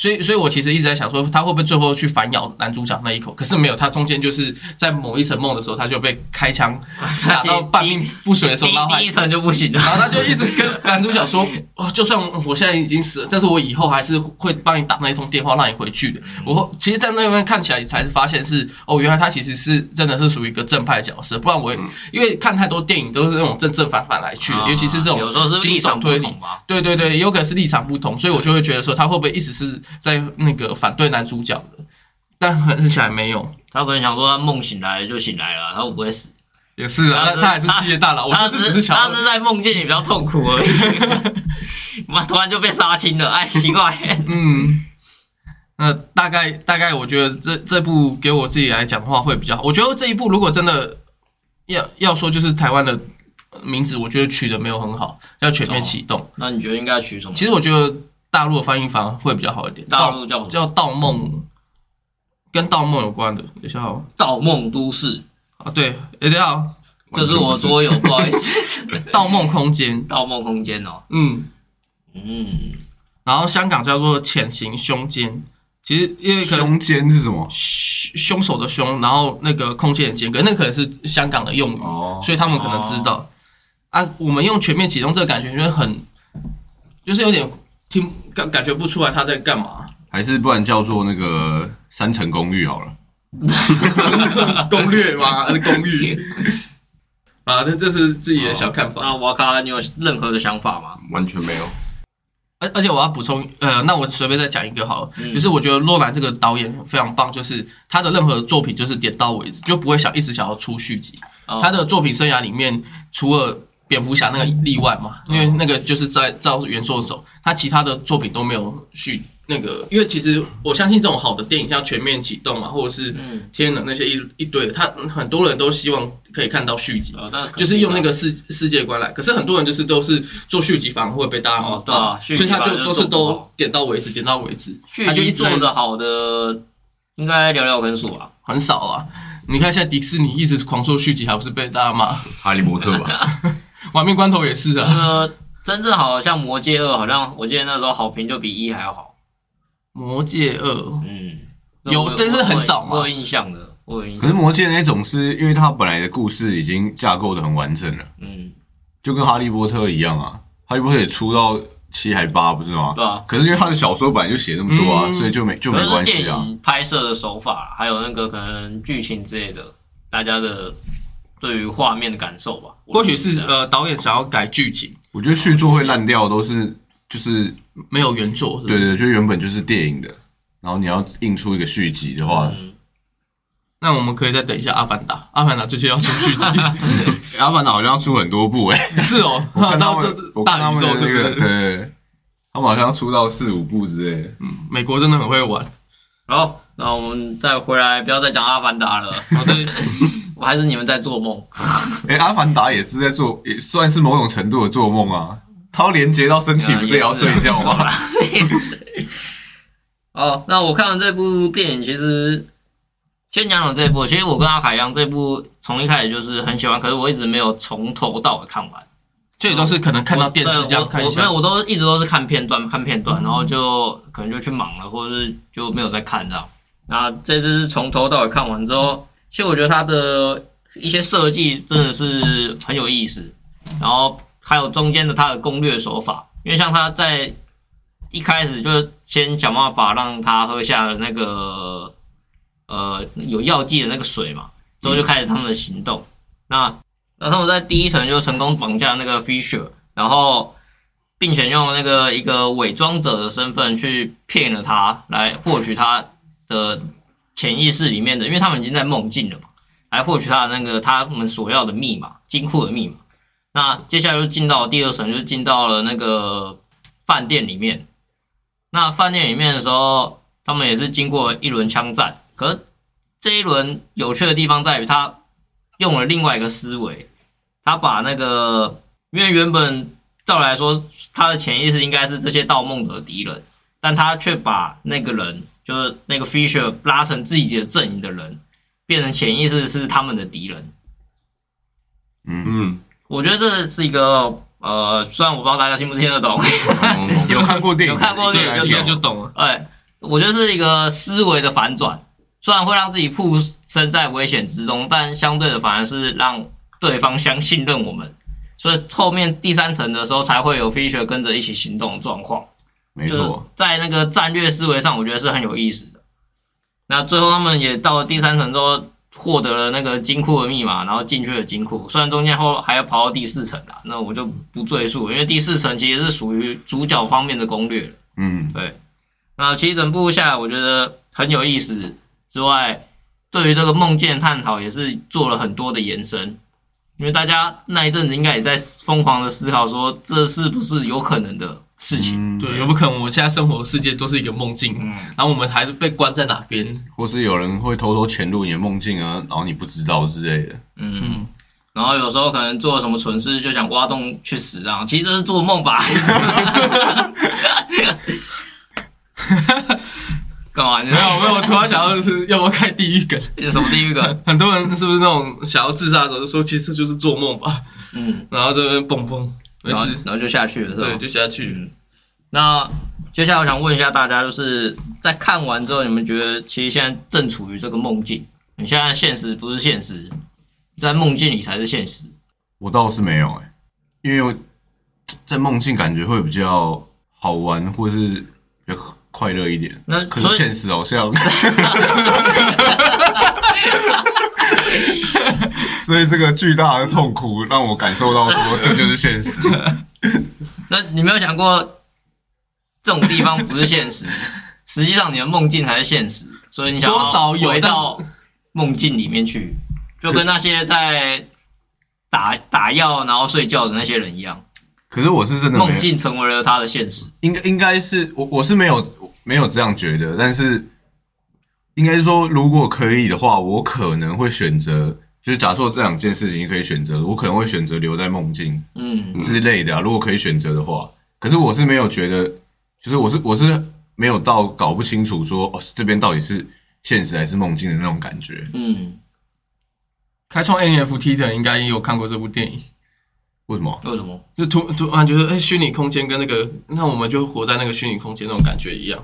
Speaker 4: 所以，所以我其实一直在想说，他会不会最后去反咬男主角那一口？可是没有，他中间就是在某一层梦的时候，他就被开枪 打到半命不遂的时
Speaker 1: 第
Speaker 4: 候，然后还
Speaker 1: 第一层就不行了
Speaker 4: 然。后他就一直跟男主角说：“哦，就算我现在已经死了，但是我以后还是会帮你打那一通电话，让你回去的。”我其实，在那边看起来才是发现是哦，原来他其实是真的是属于一个正派角色，不然我也、因为看太多电影都是那种正正反反来去的，尤其是这种
Speaker 1: 啊有时候是
Speaker 4: 惊
Speaker 1: 立
Speaker 4: 悚
Speaker 1: 场不
Speaker 4: 推理
Speaker 1: 同。吧。
Speaker 4: 对对对，也有可能是立场不同，所以我就会觉得说他会不会一直是在那个反对男主角的，但很很显然没有，
Speaker 1: 他可能想说，他梦醒来就醒来了，他会不会死？
Speaker 4: 也是啊，
Speaker 1: 他
Speaker 4: 但他还是企业大佬，我
Speaker 1: 他
Speaker 4: 就是只是想要
Speaker 1: 他是在梦境里比较痛苦而已。 妈，突然就被杀青了，哎，奇怪。
Speaker 4: 嗯，那大概大概，我觉得这这部给我自己来讲的话会比较好。我觉得这一部如果真的要要说，就是台湾的名字，我觉得取的没有很好，叫全面启动。
Speaker 1: 那你觉得应该取什么？
Speaker 4: 其实我觉得大陆的翻译反而会比较好一点，
Speaker 1: 大陆叫什么？
Speaker 4: 叫《盗梦》，跟《盗梦》有关的，等一下哦
Speaker 1: 盗梦都市，
Speaker 4: 啊，对，等一下哦，
Speaker 1: 这是我桌游，不好意思。
Speaker 4: 《盗梦空间》，
Speaker 1: 盗梦空间哦，
Speaker 4: 嗯，
Speaker 1: 嗯，
Speaker 4: 然后香港叫做《潜行凶间》，其实因为可能
Speaker 3: 胸间是什么？
Speaker 4: 凶凶手的凶，然后那个空间的间隔，那可能是香港的用语，
Speaker 3: 哦
Speaker 4: 所以他们可能知道。啊，我们用全面启动这个感觉，就是很，就是有点听感感觉不出来他在干嘛。
Speaker 3: 还是不然叫做那个三层公寓好了。
Speaker 4: 攻略 哦吗？还是公寓？啊，这这是自己的小看法。
Speaker 1: 那瓦卡，你有任何的想法吗？
Speaker 2: 完全没有。
Speaker 4: 而而且我要补充，呃，那我随便再讲一个好了，就是我觉得洛兰这个导演非常棒，就是他的任何作品就是点到为止，就不会想一直想要出续集。
Speaker 1: 哦
Speaker 4: 他的作品生涯里面，除了蝙蝠侠那个例外嘛，
Speaker 1: 嗯
Speaker 4: 因为那个就是在照原作走，他其他的作品都没有去那个，因为其实我相信这种好的电影，像《全面启动》嘛，或者是《
Speaker 1: 嗯
Speaker 4: 天能》那些一一堆的，他很多人都希望可以看到续集，
Speaker 1: 哦那可能
Speaker 4: 就是用那个世世界观来。可是很多人就是都是做续集，反而会被大家骂
Speaker 1: 哦对啊
Speaker 4: 所
Speaker 1: 续
Speaker 4: 以
Speaker 1: 集
Speaker 4: 他
Speaker 1: 反而
Speaker 4: 就
Speaker 1: 就
Speaker 4: 都是
Speaker 1: 做不好
Speaker 4: 都点到为止，点到为止，
Speaker 1: 续
Speaker 4: 他就一
Speaker 1: 集
Speaker 4: 直在
Speaker 1: 做的好的，应该寥寥可数 吧。
Speaker 4: 很少啊。你看现在迪士尼一直狂做续集，还不是被大家骂？
Speaker 2: 哈利波特 吧，
Speaker 4: 玩命关头也是啊
Speaker 1: 那。个真正好像《魔戒二》，好像我记得那时候好评就比一还要好。
Speaker 4: 魔戒二，
Speaker 1: 嗯，
Speaker 4: 有
Speaker 1: 我
Speaker 4: 但是很少嘛
Speaker 1: 我有印象的，我有印
Speaker 3: 可是
Speaker 1: 象。
Speaker 3: 魔戒那种是因为它本来的故事已经架构的很完整了，
Speaker 1: 嗯，
Speaker 3: 就跟哈利波特一样啊。哈利波特也出到七还八不是吗？
Speaker 1: 对啊
Speaker 3: 可是因为他的小说本来就写那么多啊，
Speaker 4: 嗯
Speaker 3: 所以就没就
Speaker 1: 可
Speaker 3: 没
Speaker 1: 能
Speaker 3: 关
Speaker 1: 是电
Speaker 3: 系啊。
Speaker 1: 影拍摄的手法，还有那个可能剧情之类的，大家的对于画面的感受吧。
Speaker 4: 或许是
Speaker 1: 我觉得
Speaker 4: 呃导演想要改剧情，
Speaker 3: 我觉得续作会烂掉，都是就是
Speaker 4: 没有原作。是不是
Speaker 3: 对对，就原本就是电影的，然后你要印出一个续集的
Speaker 4: 呃
Speaker 3: 话，
Speaker 1: 嗯，
Speaker 4: 那我们可以再等一下《阿凡达》，《阿凡达》最近要出续集，
Speaker 3: 阿凡达好像要出很多部哎、
Speaker 4: 是哦，
Speaker 3: 我 看 他
Speaker 4: 到
Speaker 3: 们
Speaker 4: 这
Speaker 3: 我看
Speaker 4: 大
Speaker 3: 他
Speaker 4: 宇
Speaker 3: 们
Speaker 4: 宙
Speaker 3: 的
Speaker 4: 是不
Speaker 3: 那个对，
Speaker 4: 是？
Speaker 3: 对他们好像要出到四五部之类的。嗯
Speaker 4: 美国真的很会玩，
Speaker 1: 好，那我们再回来，不要再讲《阿凡达》了。我对， 我还是你们在做梦。
Speaker 3: 哎、阿凡达也是在做，也算是某种程度的做梦啊。它要连接到身
Speaker 1: 啊呃
Speaker 3: 体，不是也要睡觉吗？？
Speaker 1: 哦，那我看了这部电影，其实先讲讲这部。其实我跟阿凯一样，这部从一开始就是很喜欢，可是我一直没有从头到尾看完。
Speaker 4: 这也都是可能看到电视这样看一
Speaker 1: 哦我
Speaker 4: 下嗯
Speaker 1: 没有，。我都一直都是看片段，看片段，然后就可能就去忙了，或者是就没有再看到。那这次是从头到尾看完之后，其实我觉得它的一些设计真的是很有意思，然后还有中间的它的攻略手法，因为像他在一开始就是先想办法让他喝下了那个呃有药剂的那个水嘛，之后
Speaker 4: 嗯
Speaker 1: 就开始他们的行动。那那他们在第一层就成功绑架那个 Fisher，然后并且用那个一个伪装者的身份去骗了他，来获取他的潜意识里面的，因为他们已经在梦境了嘛，来获取他的那个他们所要的密码，金库的密码。那接下来就进到第二层，就进到了那个饭店里面。那饭店里面的时候，他们也是经过一轮枪战，可是这一轮有趣的地方在于，他用了另外一个思维，他把那个，因为原本照理来说，他的潜意识应该是这些盗梦者的敌人，但他却把那个人，就是那个 Fisher 拉成自己的阵营的人，变成潜意识是他们的敌人。
Speaker 3: 嗯，
Speaker 2: 嗯，
Speaker 1: 我觉得这是一个呃，虽然我不知道大家听不听得懂，
Speaker 3: 有看过电影，
Speaker 1: 有看过电影
Speaker 4: 对，
Speaker 1: 就
Speaker 4: 应
Speaker 1: 有
Speaker 4: 该就懂了。
Speaker 1: 哎，我觉得是一个思维的反转，虽然会让自己曝身在危险之中，但相对的反而是让对方相信任我们，所以后面第三层的时候才会有 Fisher 跟着一起行动的状况。
Speaker 3: 没
Speaker 1: 就是
Speaker 3: 错，
Speaker 1: 在那个战略思维上，我觉得是很有意思的。那最后他们也到了第三层之后，获得了那个金库的密码，然后进去了金库。虽然中间后还要跑到第四层啦，那我就不赘述了，因为第四层其实是属于主角方面的攻略了。
Speaker 3: 嗯，
Speaker 1: 对，那其实整部下来，我觉得很有意思之外，对于这个梦境的探讨也是做了很多的延伸，因为大家那一阵子应该也在疯狂的思考说，这是不是有可能的事情？
Speaker 3: 嗯，
Speaker 4: 对，有不可能我们现在生活的世界都是一个梦境，然后我们还是被关在哪边？
Speaker 3: 或是有人会偷偷潜入你的梦境啊，然后你不知道之类的。
Speaker 1: 嗯，
Speaker 4: 嗯，
Speaker 1: 然后有时候可能做了什么蠢事，就想挖洞去死这样，其实这是做梦吧？ 干嘛？你
Speaker 4: 没 有没有，我 突然想到就是要不要开地狱梗？
Speaker 1: 有什么地狱梗？
Speaker 4: 很多人是不是那种想要自杀的时候就说，其实这就是做梦吧？
Speaker 1: 嗯，
Speaker 4: 然后这边蹦蹦，没
Speaker 1: 然后
Speaker 4: 事，
Speaker 1: 然后就下去了，是吧？
Speaker 4: 对，就下去。
Speaker 1: 那接下来我想问一下大家，就是在看完之后，你们觉得其实现在正处于这个梦境，你现在现实不是现实，在梦境里才是现实。
Speaker 3: 我倒是没有哎、因为我在梦境感觉会比较好玩，或是比较快乐一点。
Speaker 1: 那
Speaker 3: 可
Speaker 1: 所
Speaker 3: 是
Speaker 1: 以
Speaker 3: 现实 好像，所以这个巨大的痛苦让我感受到说这就是现实。
Speaker 1: 那你没有想过这种地方不是现实，实际上你的梦境才是现实，所以你想要
Speaker 4: 多少有
Speaker 1: 回到梦境里面去，就跟那些在打打药然后睡觉的那些人一样，
Speaker 3: 可是我是真的没
Speaker 1: 梦
Speaker 3: 有，
Speaker 1: 境成为了他的现实。
Speaker 3: 应该应该是我我是没有没有这样觉得，但是应该是说，如果可以的话，我可能会选择，就是假设这两件事情可以选择，我可能会选择留在梦境
Speaker 1: 嗯
Speaker 3: 之类的、啊，如果可以选择的话。可是我是没有觉得，就是我是我是没有到搞不清楚说哦这边到底是现实还是梦境的那种感觉。
Speaker 1: 嗯，
Speaker 4: 开创 NFT 的人应该也有看过这部电影，
Speaker 3: 为什么？
Speaker 1: 为什么？
Speaker 4: 就突突然觉得，哎、虚拟空间跟那个，那我们就活在那个虚拟空间那种感觉一样。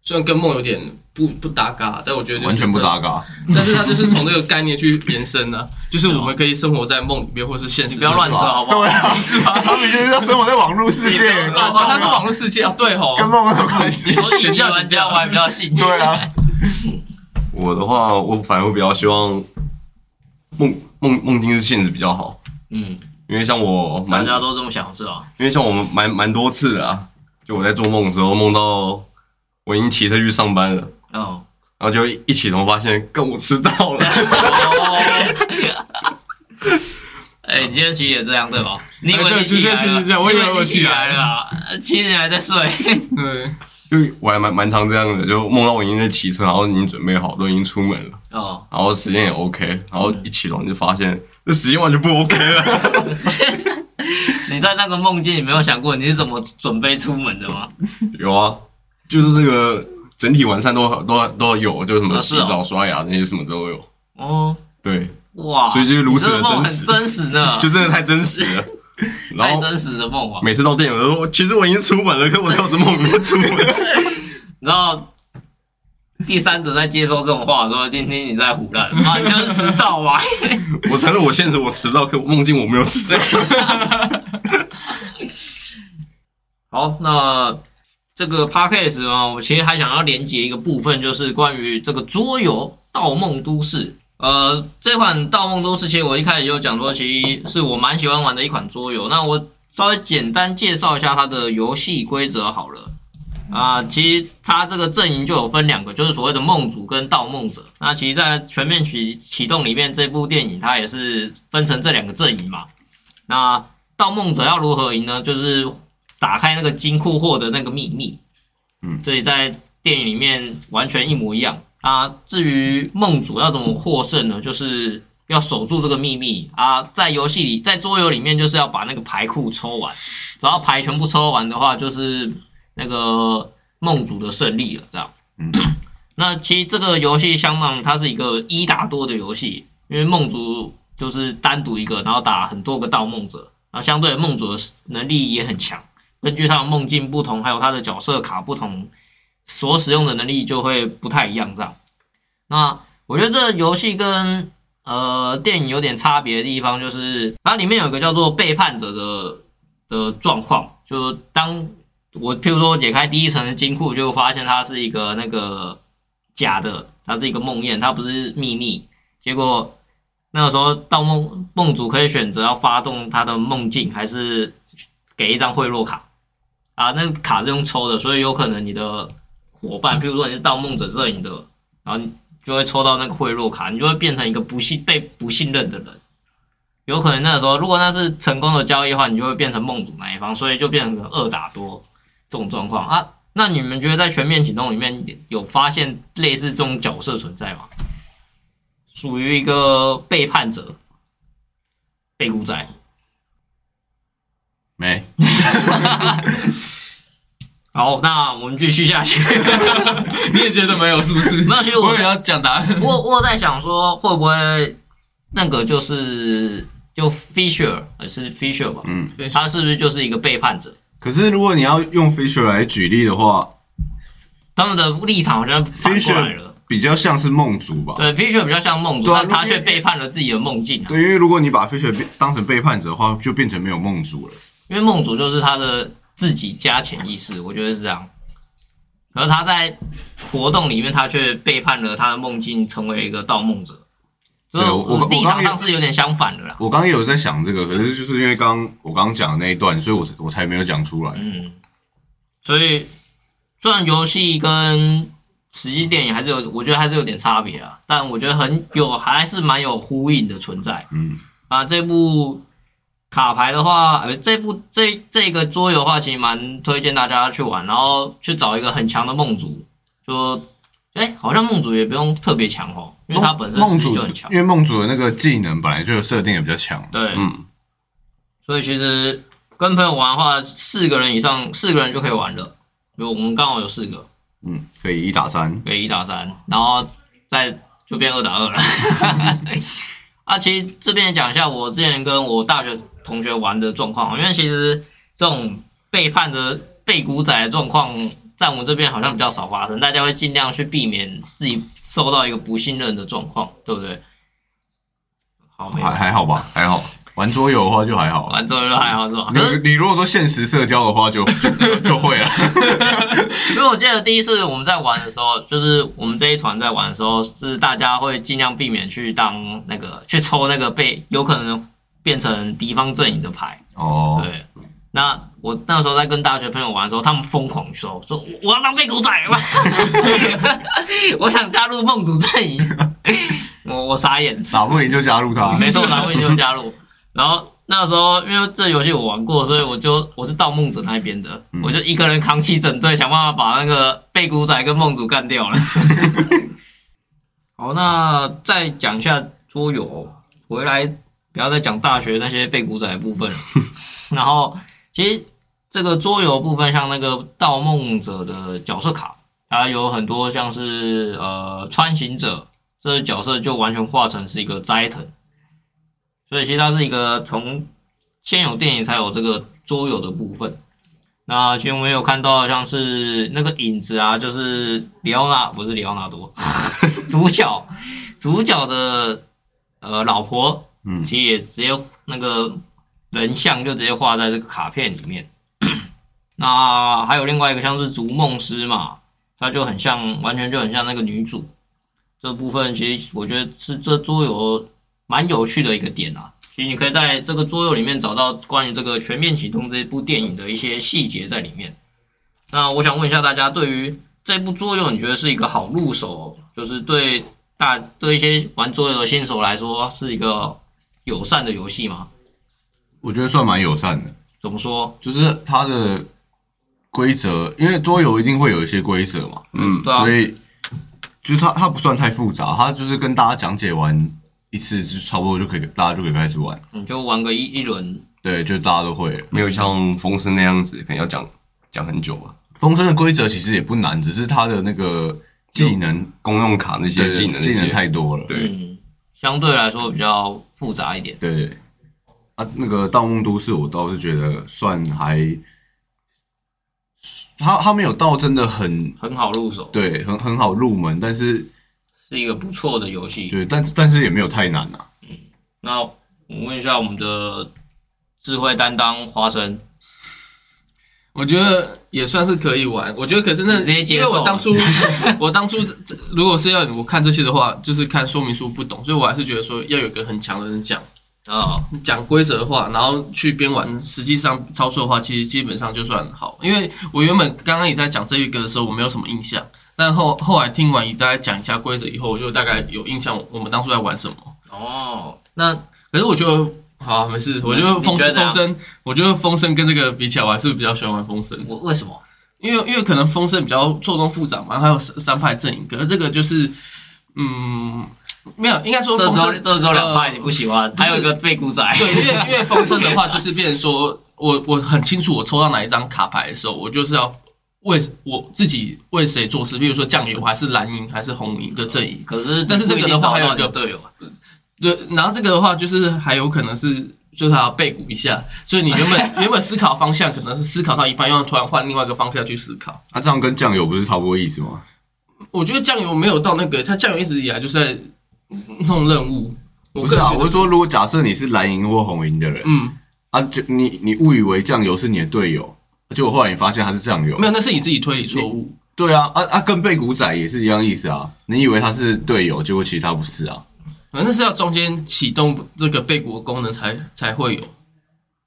Speaker 4: 虽然跟梦有点不不搭嘎，但我觉得、就是、
Speaker 3: 完全不搭嘎。
Speaker 4: 但是它就是从这个概念去延伸呢、啊，就是我们可以生活在梦里面，或是现实。
Speaker 1: 不要乱扯好不好？
Speaker 3: 对啊，
Speaker 1: 是 吧？
Speaker 3: 他们就是要生活在网络世界，
Speaker 4: 啊，它是网络世界啊，对吼，
Speaker 3: 跟梦有什么关系
Speaker 1: 你？说乙级玩家我还比较信，
Speaker 3: 对啊，
Speaker 2: 我的话，我反而会比较希望梦梦梦境是现实比较好，
Speaker 1: 嗯，
Speaker 2: 因为像我
Speaker 1: 大
Speaker 2: 蛮，
Speaker 1: 家都这么想是吧？
Speaker 2: 因为像我们蛮蛮多次的啊，就我在做梦的时候梦到我已经骑车去上班了，
Speaker 1: 哦，
Speaker 2: 然后就一起床发现，跟我迟到了。
Speaker 1: 哎，你今天其实也这样对吧？你以为
Speaker 4: 哎对
Speaker 1: 你起
Speaker 4: 今天
Speaker 1: 来
Speaker 4: 其实
Speaker 1: 了
Speaker 4: 这样我以为我
Speaker 1: 起
Speaker 4: 起来
Speaker 1: 来了啊，其实你还在睡。
Speaker 4: 对，
Speaker 2: 就我还蛮蛮常这样的，就梦到我已经在骑车，然后已经准备好，都已经出门了，
Speaker 1: 哦，
Speaker 2: 然后时间也 OK，然后一起床就发现这时间完全不 OK 了。
Speaker 1: 你在那个梦境，你没有想过你是怎么准备出门的吗？
Speaker 2: 有啊，就是这个整体完善都都都有，就是什么
Speaker 1: 啊是
Speaker 2: 洗
Speaker 1: 哦
Speaker 2: 澡、刷牙那些什么都有。
Speaker 1: 哦，
Speaker 2: 对，
Speaker 1: 哇，
Speaker 2: 所以就是如此的
Speaker 1: 你这个梦
Speaker 2: 真
Speaker 1: 很
Speaker 2: 实
Speaker 1: 真实呢，
Speaker 2: 就真的太真实 了。然
Speaker 1: 啊太
Speaker 2: 后
Speaker 1: 真实的梦啊。
Speaker 2: 每次到店，我都说其实我已经出门了，可我在我的梦里面出门。
Speaker 1: 然后第三者在接受这种话的时候，听听你在胡乱啊，你就是迟到嘛。
Speaker 2: 我承认我现实我迟到，可我梦境我没有迟到。
Speaker 1: 好，那这个 podcast 啊，我其实还想要连接一个部分，就是关于这个桌游《盗梦都市》。呃，这款《盗梦都市》其实我一开始就讲说，其实是我蛮喜欢玩的一款桌游。那我稍微简单介绍一下它的游戏规则好了。啊、其实它这个阵营就有分两个，就是所谓的梦主跟盗梦者。那其实，在《全面启启动》里面，这部电影它也是分成这两个阵营嘛。那盗梦者要如何赢呢？就是打开那个金库获得那个秘密。
Speaker 3: 嗯，
Speaker 1: 所以在电影里面完全一模一样啊。至于梦主要怎么获胜呢？就是要守住这个秘密啊。在游戏里，在桌游里面，就是要把那个牌库抽完，只要牌全部抽完的话，就是那个梦主的胜利了。这样，
Speaker 3: 嗯
Speaker 1: 那其实这个游戏相当于它是一个一打多的游戏，因为梦主就是单独一个，然后打很多个盗梦者，然后相对梦主的能力也很强。根据他的梦境不同，还有他的角色卡不同，所使用的能力就会不太一样。这样，那我觉得这游戏跟呃电影有点差别的地方，就是它里面有一个叫做背叛者的的状况，就当我譬如说我解开第一层的金库，就发现它是一个那个假的，它是一个梦魇，它不是秘密。结果那个时候，盗梦梦主可以选择要发动他的梦境，还是给一张贿赂卡啊？那个卡是用抽的，所以有可能你的伙伴，譬如说你是盗梦者阵营的，然后你就会抽到那个贿赂卡，你就会变成一个不信被不信任的人。有可能那个时候，如果那是成功的交易的话，你就会变成梦主那一方，所以就变成二打多这种状况啊。那你们觉得在全面启动里面有发现类似这种角色存在吗？属于一个背叛者、被古仔。
Speaker 3: 没，
Speaker 1: 好，那我们继续下去。
Speaker 4: 你也觉得没有是不是？
Speaker 1: 没有其实我
Speaker 4: 我也要讲答案。
Speaker 1: 我我在想说，会不会那个就是就 Fisher 呃是 Fisher 吧？
Speaker 3: 嗯。
Speaker 1: 他是不是就是一个背叛者？
Speaker 3: 可是如果你要用 Fisher 来举例的话
Speaker 1: 他们的立场好像反过来
Speaker 3: ，Fisher
Speaker 1: 了。
Speaker 3: 比较像是梦族吧？
Speaker 1: 对，Fisher 比较像梦主，
Speaker 3: 对啊
Speaker 1: 但他
Speaker 3: 因为
Speaker 1: 却背叛了自己的梦境啊。
Speaker 3: 对，因为如果你把 Fisher 变当成背叛者的话，就变成没有梦族了。
Speaker 1: 因为梦主就是他的自己加潜意识，我觉得是这样。可是他在活动里面，他却背叛了他的梦境，成为一个盗梦者。所以
Speaker 3: 对我我
Speaker 1: 立
Speaker 3: 我
Speaker 1: 场
Speaker 3: 刚也
Speaker 1: 上是有点相反的啦。
Speaker 3: 我刚刚也有在想这个，可是就是因为刚我刚刚讲的那一段，所以我我才没有讲出来。
Speaker 1: 嗯，所以虽然游戏跟实际电影还是有，我觉得还是有点差别啊，但我觉得很有还是蛮有呼应的存在。
Speaker 3: 嗯，
Speaker 1: 啊，这部卡牌的话，呃，这部这这个桌游的话，其实蛮推荐大家去玩，然后去找一个很强的梦主，就哎，好像梦主也不用特别强哦，因为它本身
Speaker 3: 梦
Speaker 1: 实力
Speaker 3: 主
Speaker 1: 就很强
Speaker 3: 因，为梦主的那个技能本来就设定也比较强。
Speaker 1: 对，
Speaker 2: 嗯，
Speaker 1: 所以其实跟朋友玩的话，四个人以上，四个人就可以玩了。就我们刚好有四个，
Speaker 3: 嗯，可以一打三。
Speaker 1: 对，一打三，然后再就变二打二了。 啊，其实这边也讲一下我之前跟我大学同学玩的状况，因为其实这种背叛的背骨仔的状况，在我们这边好像比较少发生，大家会尽量去避免自己受到一个不信任的状况，对不对？好，没有
Speaker 3: 还还好吧，还好。玩桌游的话就还 好，
Speaker 1: 完之后就还好是吧？
Speaker 3: 你
Speaker 1: 可是
Speaker 3: 你如果说现实社交的话就， 就就 就会了。
Speaker 1: 因为我记得第一次我们在玩的时候，就是我们这一团在玩的时候，是大家会尽量避免去当那个去抽那个被有可能变成敌方阵营的牌。
Speaker 3: 哦，
Speaker 1: 对，那我那时候在跟大学朋友玩的时候，他们疯狂说说我我要当被狗仔吧，我想加入梦主阵营，我我傻眼，
Speaker 3: 打不赢就加入 他。
Speaker 1: 啊没错，然后就加入，然后。那时候，因为这游戏我玩过，所以我就我是盗梦者那边的，我就一个人扛起整队，想办法把那个被古仔跟梦主干掉了。 好，那再讲一下桌游，回来不要再讲大学那些被古仔的部分了。然后，其实这个桌游部分，像那个《盗梦者》的角色卡，它有很多像是呃穿行者这个角色就完全化成是一个斋藤，所以其实它是一个从先有电影才有这个桌游的部分。那其实我们有看到像是那个影子啊，就是里奥纳不是里奥纳多， 主角主角的呃老婆，
Speaker 3: 嗯
Speaker 1: 其实也直接那个人像就直接画在这个卡片里面。 那还有另外一个像是逐梦师嘛，它就很像，完全就很像那个女主。这部分其实我觉得是这桌游蛮有趣的一个点啊。其实你可以在这个桌游里面找到关于这个《全面启动》这部电影的一些细节在里面。那我想问一下大家，对于这部桌游，你觉得是一个好入手，就是对大对一些玩桌游的新手来说是一个友善的游戏吗？
Speaker 3: 我觉得算蛮友善的，
Speaker 1: 怎么说？
Speaker 3: 就是它的规则，因为桌游一定会有一些规则嘛，
Speaker 2: 嗯，
Speaker 1: 对啊
Speaker 3: 所，以就是它它不算太复杂，它就是跟大家讲解完一次，就差不多就可以大家就可以开始玩。
Speaker 1: 你就玩个一一轮，
Speaker 3: 对，就大家都会了。
Speaker 2: 没有像风声那样子，可能要讲讲很久吧。
Speaker 3: 风声的规则其实也不难，只是它的那个技能
Speaker 2: 公用卡那些技
Speaker 3: 技
Speaker 2: 能
Speaker 3: 能
Speaker 2: 那
Speaker 3: 技能
Speaker 2: 些，
Speaker 3: 太多了。
Speaker 2: 对
Speaker 1: 嗯，相对来说比较复杂一点。
Speaker 3: 对，啊，那个《盗梦都市》我倒是觉得算还，他他没有到真的很
Speaker 1: 很好入手，
Speaker 3: 对，很很好入门，但是
Speaker 1: 是一个不错的游戏。
Speaker 3: 对，但是但是也没有太难啊。
Speaker 1: 那我问一下我们的智慧担当花生，
Speaker 4: 我觉得也算是可以玩。我觉得可是
Speaker 1: 你
Speaker 4: 那
Speaker 1: 直接接
Speaker 4: 因
Speaker 1: 受
Speaker 4: 为我 当初我当初这这如果是要我看这些的话，就是看说明书不懂，所以我还是觉得说要有一个很强的人讲
Speaker 1: 啊、
Speaker 4: 讲规则的话，然后去边玩，实际上操作的话，其实基本上就算好。因为我原本刚刚也在讲这一个的时候，我没有什么印象，但后后来听完你大概讲一下规则以后，我就大概有印象我们当初在玩什么。
Speaker 1: 哦，那
Speaker 4: 可是我觉得。好、没事。我觉得
Speaker 1: 你
Speaker 4: 风
Speaker 1: 你觉得怎
Speaker 4: 风
Speaker 1: 样
Speaker 4: 声，我觉得风声跟这个比起来，我还是比较喜欢玩风声。
Speaker 1: 我为什么？
Speaker 4: 因为因为可能风声比较错综复杂嘛，还有三三派阵营，可是这个就是，嗯，没有，应该说
Speaker 1: 这
Speaker 4: 风
Speaker 1: 周
Speaker 4: 声
Speaker 1: 这周两派你
Speaker 4: 呃
Speaker 1: 不喜欢，还有一个被古仔，
Speaker 4: 对，因为因为风声的话，就是变成说我我很清楚我抽到哪一张卡牌的时候，我就是要为我自己为谁做事，比如说酱油还是蓝银还是红银的阵营，
Speaker 1: 可是
Speaker 4: 但是这个的话还有一个
Speaker 1: 不定找到你队友啊，
Speaker 4: 对，然后这个的话就是还有可能是就是还要背骨一下，所以你原本原本思考方向可能是思考到一半，又突然换另外一个方向去思考。
Speaker 3: 啊，这样跟酱油不是差不多意思吗？
Speaker 4: 我觉得酱油没有到那个，他酱油一直以来就是在弄任务。我
Speaker 3: 不
Speaker 4: 个
Speaker 3: 是
Speaker 4: 人
Speaker 3: 啊，
Speaker 4: 觉得
Speaker 3: 我是说，如果假设你是蓝银或红银的人、
Speaker 4: 嗯，
Speaker 3: 啊，就你你误以为酱油是你的队友，结果后来你发现他是酱油
Speaker 4: 没，有，那是你自己推理错误。
Speaker 3: 对啊，啊啊，跟背骨仔也是一样意思啊。你以为他是队友，结果其实他不是啊。
Speaker 4: 反正是要中间启动这个背骨的功能才才会有。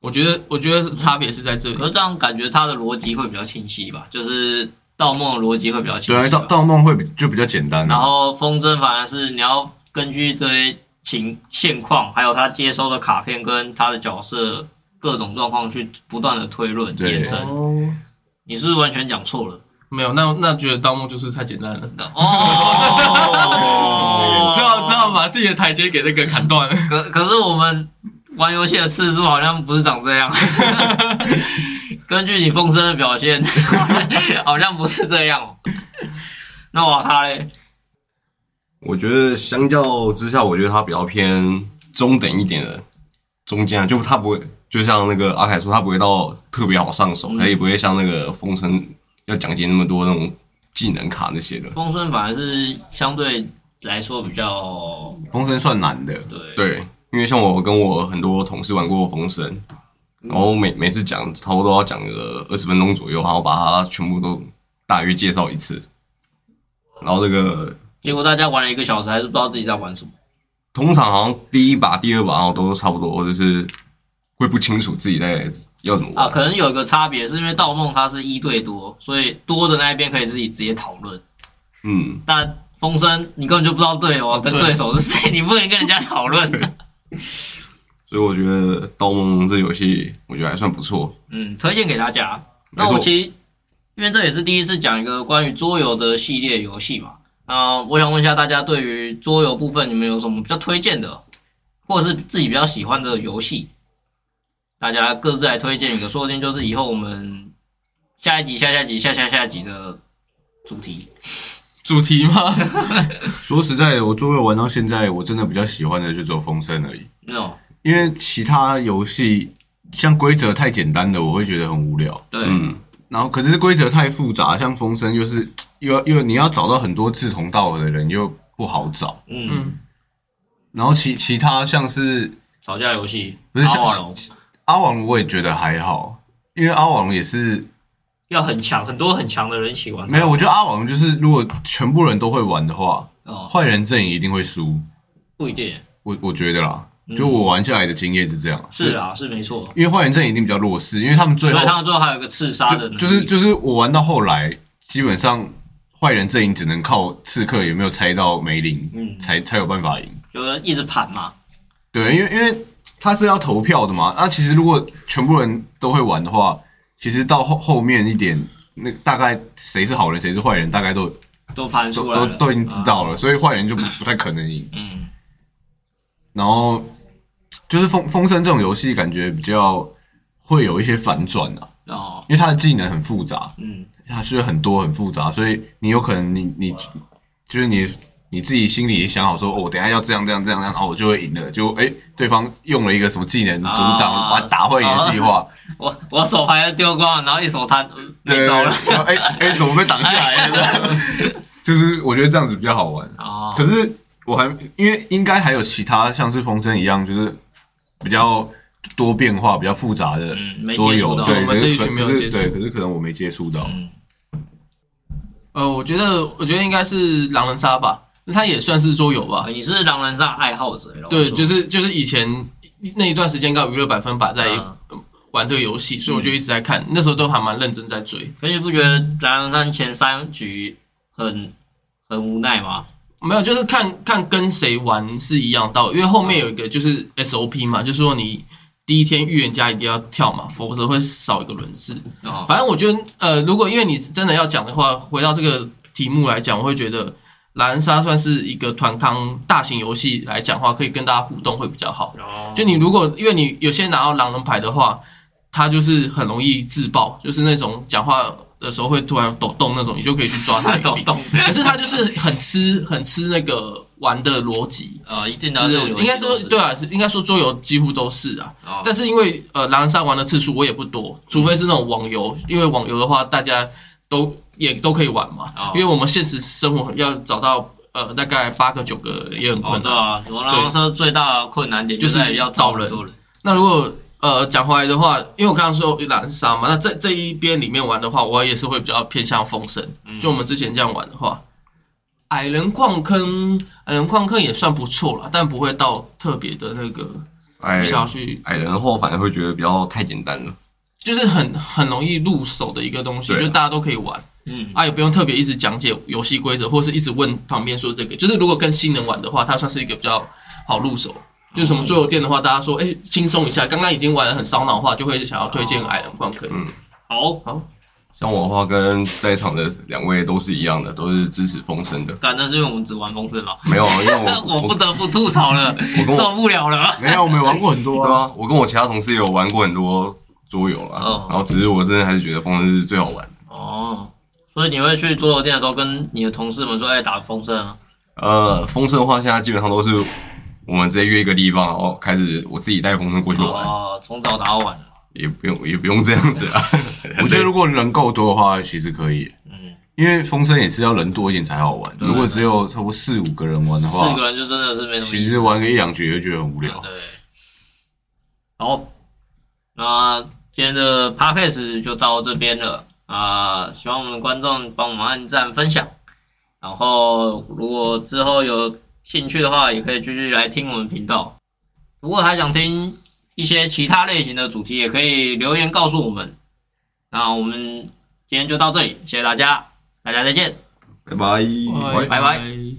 Speaker 4: 我觉得，我觉得差别是在这里
Speaker 1: 可。是这样感觉他的逻辑会比较清晰吧，就是盗梦的逻辑会比较清
Speaker 3: 对啊，
Speaker 1: 晰
Speaker 3: 盗
Speaker 1: 吧，
Speaker 3: 盗梦会比就比较简单、啊，
Speaker 1: 然后风筝反而是你要根据这些情现况，还有他接收的卡片跟他的角色各种状况去不断的推论
Speaker 3: 对
Speaker 1: 延伸。
Speaker 4: 哦，
Speaker 1: 你是不是完全讲错了？
Speaker 4: 没有，那那觉得盗墓就是太简单了。，
Speaker 1: 哦
Speaker 3: 哦
Speaker 4: 只好只好把自己的台阶给那个砍 断了。
Speaker 1: 可可是我们玩游戏的次数好像不是长这样，根据你风声的表现， 好像不是这样哦。那瓦他嘞，
Speaker 2: 我觉得相较之下，我觉得它比较偏中等一点的中间啊，就嗯它不会，就像那个阿凯说，它不会到特别好上手，它也不会像那个风声要讲解那么多那种技能卡那些的。
Speaker 1: 风声反而是相对来说比较
Speaker 3: 风声算难的，
Speaker 1: 对，
Speaker 2: 对，因为像我跟我很多同事玩过风神，
Speaker 1: 嗯
Speaker 2: 然后每每次讲差不多要讲个二十分钟左右，然后把它全部都大约介绍一次。然后这个
Speaker 1: 结果大家玩了一个小时，还是不知道自己在玩什么。
Speaker 2: 通常好像第一把、第二把，然后都差不多，就是会不清楚自己在要怎么玩。
Speaker 1: 啊，可能有一个差别，是因为盗梦它是一对多，所以多的那一边可以自己直接讨论。
Speaker 2: 嗯，
Speaker 1: 但风声你根本就不知道队友啊跟
Speaker 4: 对
Speaker 1: 对手是谁，你不能跟人家讨论。
Speaker 2: 所以我觉得《盗梦》这游戏，我觉得还算不错。
Speaker 1: 嗯，推荐给大家。
Speaker 2: 没
Speaker 1: 那
Speaker 2: 错
Speaker 1: 我其实因为这也是第一次讲一个关于桌游的系列游戏嘛，那我想问一下大家对于桌游部分你们有什么比较推荐的，或者是自己比较喜欢的游戏？大家各自来推荐一个，说不定就是以后我们下一集、下下集、下下下集的主题。
Speaker 4: 主题吗？
Speaker 3: 说实在的，我桌游玩到现在，我真的比较喜欢的就只有风声而已，
Speaker 1: 那种
Speaker 3: 因为其他游戏像规则太简单的，我会觉得很无聊。
Speaker 1: 对，
Speaker 2: 嗯，
Speaker 3: 然后可是规则太复杂，像风声又是又要又你要找到很多志同道合的人又不好找。
Speaker 1: 嗯，
Speaker 4: 嗯，
Speaker 3: 然后其其他像是
Speaker 1: 吵架游戏，
Speaker 3: 不
Speaker 2: 嗯
Speaker 3: 是
Speaker 1: 阿
Speaker 3: 像
Speaker 1: 瓦隆
Speaker 3: 阿瓦隆，我也觉得还好，因为阿瓦隆也是
Speaker 1: 要很强，很多很强的人一起玩。
Speaker 3: 没有，我觉得阿瓦隆就是如果全部人都会玩的话，
Speaker 1: 哦，
Speaker 3: 坏人阵营一定会输。
Speaker 1: 不一定，
Speaker 3: 我我觉得啦，就我玩下来的经验是这样，
Speaker 1: 是啊，是没错。
Speaker 3: 因为坏人阵营一定比较弱势，因为他们最
Speaker 1: 所
Speaker 3: 后
Speaker 1: 以他们最后还有一个刺杀的
Speaker 3: 就
Speaker 1: 能力，
Speaker 3: 就是就是我玩到后来，基本上坏人阵营只能靠刺客有没有猜到梅林，
Speaker 1: 嗯
Speaker 3: 才才有办法赢。
Speaker 1: 就是一直盘嘛。
Speaker 3: 对，因为因为他是要投票的嘛。那、其实如果全部人都会玩的话，其实到后后面一点，那大概谁是好人谁是坏人，大概都
Speaker 1: 都盘
Speaker 3: 都
Speaker 1: 出来了
Speaker 3: 都都已经知道了，
Speaker 1: 啊
Speaker 3: 所以坏人 就不不太可能赢。
Speaker 1: 嗯，
Speaker 3: 然后就是风风声这种游戏，感觉比较会有一些反转啊，
Speaker 1: 然后
Speaker 3: 因为他的技能很复杂，
Speaker 1: 嗯，
Speaker 3: 它是很多很复杂，所以你有可能你你就是你你自己心里想好说，哦，我等一下要这样这样这样，然后我就会赢了，就哎、对方用了一个什么技能阻挡，
Speaker 1: 啊
Speaker 3: 把它打坏你的计划，
Speaker 1: 我我手牌都丢光了，然后一手摊嗯没
Speaker 3: 对，
Speaker 1: 招了。
Speaker 3: 然后哎哎、怎么被挡下来了？ 就是我觉得这样子比较好玩。
Speaker 1: 哦，
Speaker 3: 可是我还因为应该还有其他像是风筝一样，就是比较多变化、比较复杂的
Speaker 1: 嗯没
Speaker 3: 桌
Speaker 1: 接触
Speaker 3: 游，
Speaker 1: 到
Speaker 3: 对，
Speaker 4: 我们
Speaker 3: 可是
Speaker 4: 这一
Speaker 3: 可
Speaker 4: 群没有
Speaker 3: 可是
Speaker 4: 接触
Speaker 3: 对，可是可能我没接触到。
Speaker 1: 嗯，
Speaker 4: 呃，我觉得我觉得应该是狼人杀吧，它也算是桌游吧
Speaker 3: 哎
Speaker 1: 啊。你是狼人杀爱好者，
Speaker 4: 对，就是就是以前那一段时间刚好娱乐百分百在
Speaker 1: 嗯
Speaker 4: 玩这个游戏，所以我就一直在看，那时候都还蛮认真在追。
Speaker 1: 可是你不觉得狼人杀前三局很很无奈吗？
Speaker 4: 没有，就是看看跟谁玩是一样道理，因为后面有一个就是 SOP 嘛，就是说你第一天预言家一定要跳嘛，否则会少一个轮次。
Speaker 1: 哦，
Speaker 4: 反正我觉得，呃，如果因为你真的要讲的话，回到这个题目来讲，我会觉得狼人杀算是一个团康大型游戏来讲的话，可以跟大家互动会比较好。
Speaker 1: 哦
Speaker 4: 就你如果因为你有些拿到狼人牌的话，他就是很容易自爆，就是那种讲话的时候会突然抖动那种，你就可以去抓他 一
Speaker 1: 懂
Speaker 4: 笔。
Speaker 1: 懂，
Speaker 4: 可是他就是很吃很吃那个玩的逻辑。
Speaker 1: 啊，一定
Speaker 4: 之
Speaker 1: 的，
Speaker 4: 类的应该说
Speaker 1: 是
Speaker 4: 对啊，是应该说桌游几乎都是啊，
Speaker 1: 哦
Speaker 4: 但是因为呃狼人杀玩的次数我也不多，除非是那种网游，因为网游的话大家都也都可以玩嘛，
Speaker 1: 哦
Speaker 4: 因为我们现实生活要找到呃大概八个九个也很
Speaker 1: 哦，
Speaker 4: 困
Speaker 1: 对
Speaker 4: 难。
Speaker 1: 啊，狼人杀最大的困难点
Speaker 4: 就是
Speaker 1: 在于要
Speaker 4: 找
Speaker 1: 找
Speaker 4: 人
Speaker 1: 很多人，
Speaker 4: 那如果呃讲回来的话，因为我刚刚说有狼人杀嘛，那在这一边里面玩的话，我也是会比较偏向风神。
Speaker 2: 嗯
Speaker 4: 就我们之前这样玩的话，矮人矿坑，矮人矿坑也算不错啦，但不会到特别的那个
Speaker 2: 哎矮
Speaker 4: 下去，
Speaker 2: 矮人的话，反而会觉得比较太简单了。
Speaker 4: 就是很很容易入手的一个东西，
Speaker 2: 对啊
Speaker 4: 就大家都可以玩。
Speaker 1: 嗯，
Speaker 4: 啊，也不用特别一直讲解游戏规则，或是一直问旁边说这个。就是如果跟新人玩的话，它算是一个比较好入手。就是
Speaker 2: 哦
Speaker 4: 什么桌游店的话，大家说，哎、轻松一下。刚刚已经玩的很烧脑的话，就会想要推荐矮人矿坑。
Speaker 2: 嗯
Speaker 1: 好，
Speaker 2: 像我的话，跟在场的两位都是一样的，都是支持风声的。
Speaker 1: 但那是因为我们只玩风筝了。
Speaker 2: 没有，因为
Speaker 1: 我
Speaker 2: 我
Speaker 1: 不得不吐槽了，
Speaker 2: 跟我
Speaker 1: 受不了了。
Speaker 3: 没有，我们玩过很多
Speaker 2: 对
Speaker 3: 啊。
Speaker 2: 啊，我跟我其他同事也有玩过很多桌游啦，
Speaker 1: 嗯
Speaker 2: 然后只是我真的还是觉得风筝是最好玩的。
Speaker 1: 哦，所以你会去桌游店的时候跟你的同事们说，哎，打风筝啊，
Speaker 2: 呃，风筝的话，现在基本上都是我们直接约一个地方，然后开始我自己带风筝过去玩。
Speaker 1: 哦哦，从早打到晚了。
Speaker 2: 也不用也不用这样子啊。
Speaker 3: 我觉得如果人够多的话，其实可以，
Speaker 1: 嗯，
Speaker 3: 因为风声也是要人多一点才好玩。如果只有差不多四五个人玩的话，
Speaker 1: 四个人就真的是没什么意
Speaker 3: 其
Speaker 1: 思
Speaker 3: 实。玩个一两局也会觉得很无聊。
Speaker 1: 啊对，好，那今天的 podcast 就到这边了啊、希望我们的观众帮我们按赞分享，然后如果之后有兴趣的话，也可以继续来听我们频道。如果还想听一些其他类型的主题，也可以留言告诉我们。那我们今天就到这里，谢谢大家，大家再见。
Speaker 2: 嗯
Speaker 4: 哦
Speaker 2: 拜拜，
Speaker 1: 拜拜。